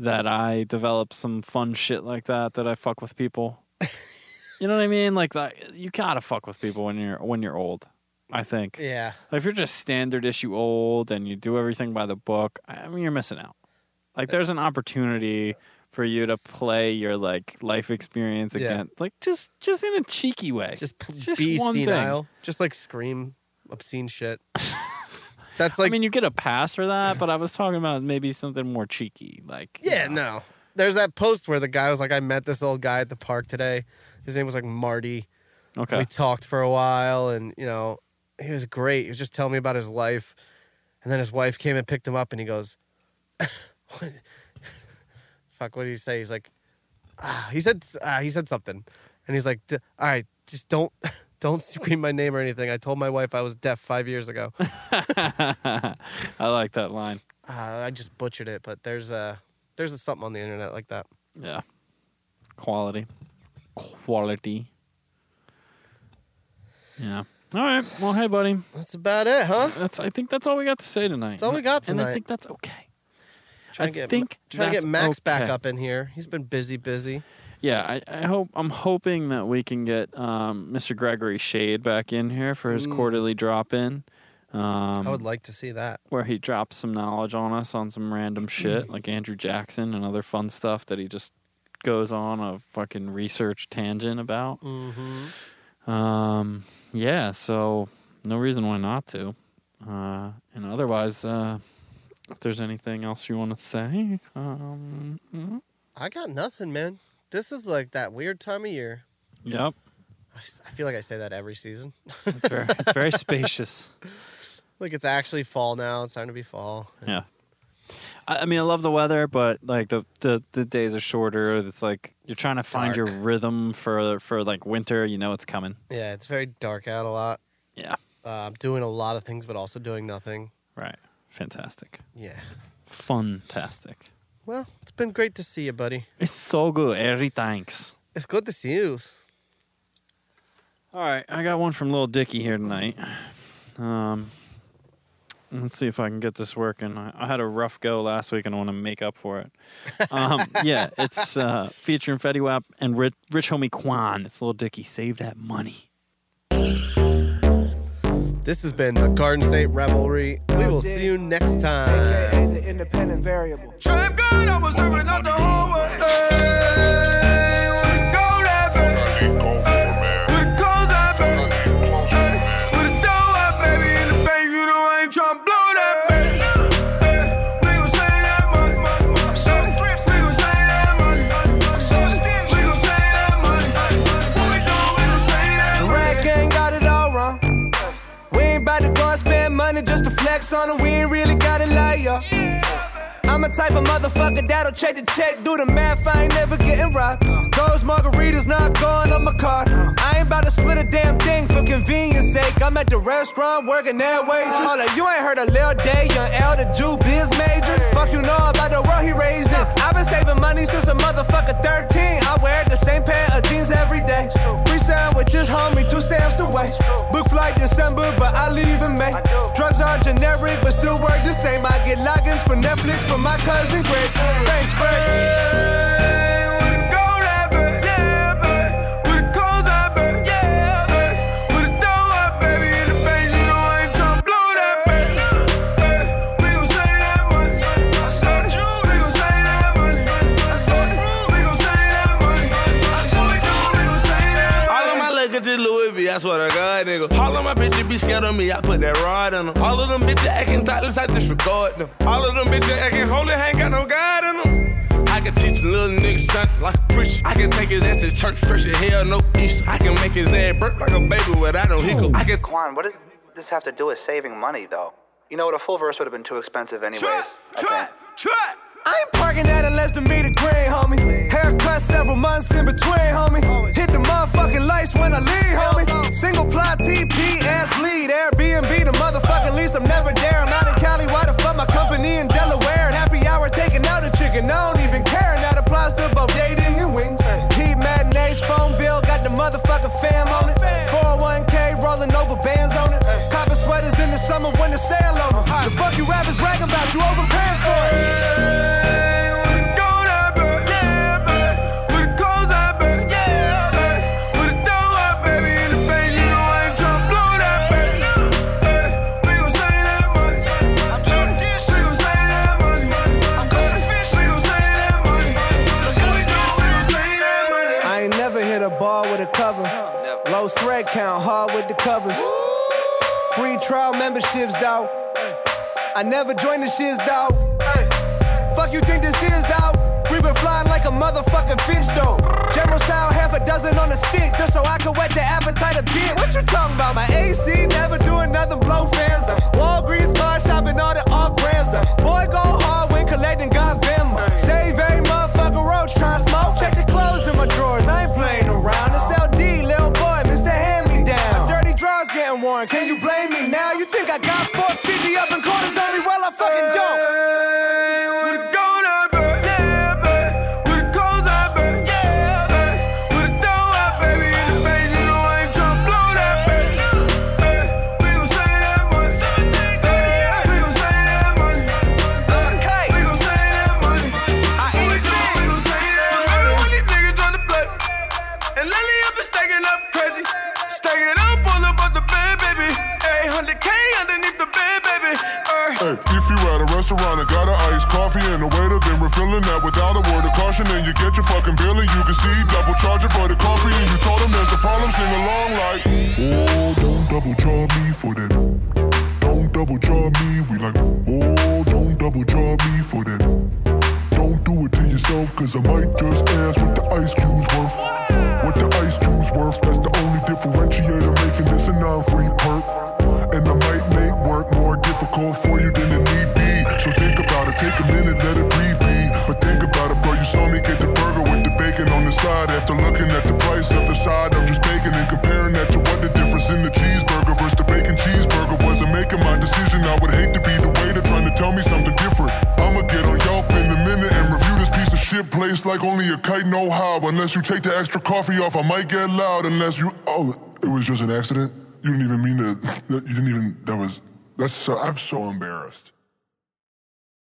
Speaker 1: that I develop some fun shit like that that I fuck with people. you know what I mean? Like that, you gotta fuck with people when you're when you're old. I think.
Speaker 2: Yeah,
Speaker 1: Like, if you're just standard issue old and you do everything by the book, I mean, you're missing out. Like, there's an opportunity for you to play your like life experience
Speaker 2: Yeah.
Speaker 1: again, like just just in a cheeky way.
Speaker 2: just, pl-
Speaker 1: Just
Speaker 2: be
Speaker 1: one thing.
Speaker 2: senile. Just like scream obscene shit. That's
Speaker 1: I
Speaker 2: like,
Speaker 1: mean, you get a pass for that, but I was talking about maybe something more cheeky, like you
Speaker 2: yeah,
Speaker 1: know.
Speaker 2: no. There's that post where the guy was like, "I met this old guy at the park today. His name was like Marty."
Speaker 1: Okay,
Speaker 2: We talked for a while, and you know, he was great. He was just telling me about his life, and then his wife came and picked him up, and he goes, what? "Fuck, what did he say?" He's like, ah, "He said ah, he said something," and he's like, "D- "All right, just don't." Don't scream my name or anything. I told my wife I was deaf five years ago. uh,
Speaker 1: I like that line.
Speaker 2: Ah, I just butchered it, but there's a there's a something on the internet like that.
Speaker 1: Yeah, quality, quality. Yeah. All right. Well, hey, buddy.
Speaker 2: That's about it, huh?
Speaker 1: That's. I think that's all we got to say tonight.
Speaker 2: That's all we got
Speaker 1: And I
Speaker 2: tonight.
Speaker 1: think that's okay.
Speaker 2: Trying
Speaker 1: I
Speaker 2: to get
Speaker 1: think
Speaker 2: trying to
Speaker 1: that's
Speaker 2: get Max back
Speaker 1: okay.
Speaker 2: up in here. He's been busy, busy.
Speaker 1: Yeah, I, I hope I'm hoping that we can get um, Mr. Gregory Shade back in here for his
Speaker 2: Mm.
Speaker 1: quarterly drop in. Um,
Speaker 2: I would like to see that.
Speaker 1: where he drops some knowledge on us on some random shit like Andrew Jackson and other fun stuff that he just goes on a fucking research tangent about.
Speaker 2: Mm-hmm.
Speaker 1: Um, yeah, so no reason why not to. Uh, and otherwise, uh, if there's anything else you want to say, um, mm,
Speaker 2: I got nothing, man. This is like that weird time of year.
Speaker 1: yep,
Speaker 2: I s- I feel like I say that every season.
Speaker 1: it's very, it's very spacious.
Speaker 2: Like it's actually fall now. It's time to be fall.
Speaker 1: Yeah. I, I mean, I love the weather, but like the, the the days are shorter. It's like you're trying to find your
Speaker 2: dark.
Speaker 1: rhythm for for like winter. You know it's coming.
Speaker 2: Yeah, it's very dark out a lot.
Speaker 1: Yeah.
Speaker 2: Uh, I'm doing a lot of things, but also doing nothing.
Speaker 1: Right. Fantastic.
Speaker 2: Yeah.
Speaker 1: Fantastic.
Speaker 2: Well, it's been great to see you, buddy.
Speaker 1: It's so good. Every thanks.
Speaker 2: It's good to see you.
Speaker 1: All right, I got one from Little Dicky here tonight. Um, let's see if I can get this working. I, I had a rough go last week, and I want to make up for it. Um, yeah, it's uh, featuring Fetty Wap and Rich, Rich Homie Quan. It's Little Dicky. Save that money.
Speaker 2: This has been the Garden State Revelry. We will see you next time.
Speaker 3: AKA the independent variable.
Speaker 4: Trap God, I was serving out the whole world. Hey, with a gold apple, with a cold apple, hey, with a dough out, baby in the bank. You know I ain't tryna blow that, baby. Hey, we gon' save that money. Hey, we gon' save that money. We gon' save that money. What we doin', we gon' save that
Speaker 3: The
Speaker 4: money.
Speaker 3: rat gang got it all wrong. We ain't about to go and spend money just to flex on it. We ain't really got it like ya. I'm a type of motherfucker that'll check the check, do the math. I ain't never getting robbed. Those margaritas not going on my card. I ain't about to split a damn thing for convenience sake. I'm I'm at the restaurant working that waitress. Hold up, you ain't heard a Lil Day, young L, the Jew biz major. Fuck you know about the world he raised in. I've been saving money since a motherfucker 13. I wear the same pair of jeans every day. Free sandwiches, homie, two stamps away. Book flight December, but I leave in May. Drugs are generic, but still work the same. I get logins for Netflix from my cousin Greg. Thanks, Greg.
Speaker 4: All of my luggage is Louis V, I swear to God, nigga. All of my bitches be scared of me, I put that rod in them. All of them bitches acting thoughtless, I disregard them. All of them bitches acting holy, ain't got no God in them. I can teach a little nigga something like a preacher. I can take his ass to church, fresh as hell, no Easter. I can make his ass burp like a baby without no hiccup. I can
Speaker 5: Quan, what does this have to do with saving money, though? You know what? A full verse would have been too expensive, anyways.
Speaker 4: trap,
Speaker 5: I
Speaker 4: trap,
Speaker 5: think.
Speaker 4: trap.
Speaker 3: I ain't parking at a less than meter grade, homie. Haircut several months in between, homie. Hit the motherfucking lights when I leave, homie. Single ply TP, ass bleed. Airbnb, the motherfucking lease. I'm never there. I'm not in Cali. Why the fuck my company in Delaware? And happy hour taking out a chicken. I don't even care. And that applies to both dating and wings. Heat matinees, phone bill. Got the motherfucking fam on it. 401k rolling over bands on it. Copping sweaters in the summer when the sale over. The fuck you rappers bragging about? You overpaying for it. I ain't never hit a bar with a cover. Low thread count, hard with the covers. Free trial memberships, dawg. I never joined the shiz, dawg. Fuck you think this is, dawg? We been flying like a motherfucking fish, though. General style, half a dozen on a stick, just so I can whet the appetite a bit. What you talking about? My AC never doing nothing, blow fans, though. Walgreens car shopping, all the off brands, though. Boy, go hard when collecting, got Venmo. Save a motherfucker roach, try smoke, check the clothes in my drawers. I ain't playing around. It's LD, lil boy, Mr. Hand Me Down. Dirty drawers getting worn, can you blame me now? You think I got 450 up in quarters on me? Well, I fucking don't.
Speaker 6: Hey, if you at a restaurant and got an iced coffee and the waiter been refilling that without a word of caution, and you get your fucking bill and you can see he double charging for the coffee and you told him there's a problem, sing along like, oh, don't double charge me for that. Don't double charge me. We like, oh, don't double charge me for that. Don't do it to yourself, cause I might just ask what the ice cube's worth. What the ice cube's worth, that's the only differentiator making this a non free perk. And I might make work more difficult for you than it need be. So think about it, take a minute, let it breathe be. But think about it, bro, you saw me get the burger with the bacon on the side. After looking at the price of the side of just bacon and comparing that to what the difference in the cheeseburger versus the bacon cheeseburger was. I'm making my decision, I would hate to be the waiter trying to tell me something different. I'ma get on Yelp in a minute and review this piece of shit place like only a kite know how. Unless you take the extra coffee off, I might get loud. Unless you, oh, it was just an accident. You didn't even mean to. You didn't even. That was. That's. So, I'm so embarrassed.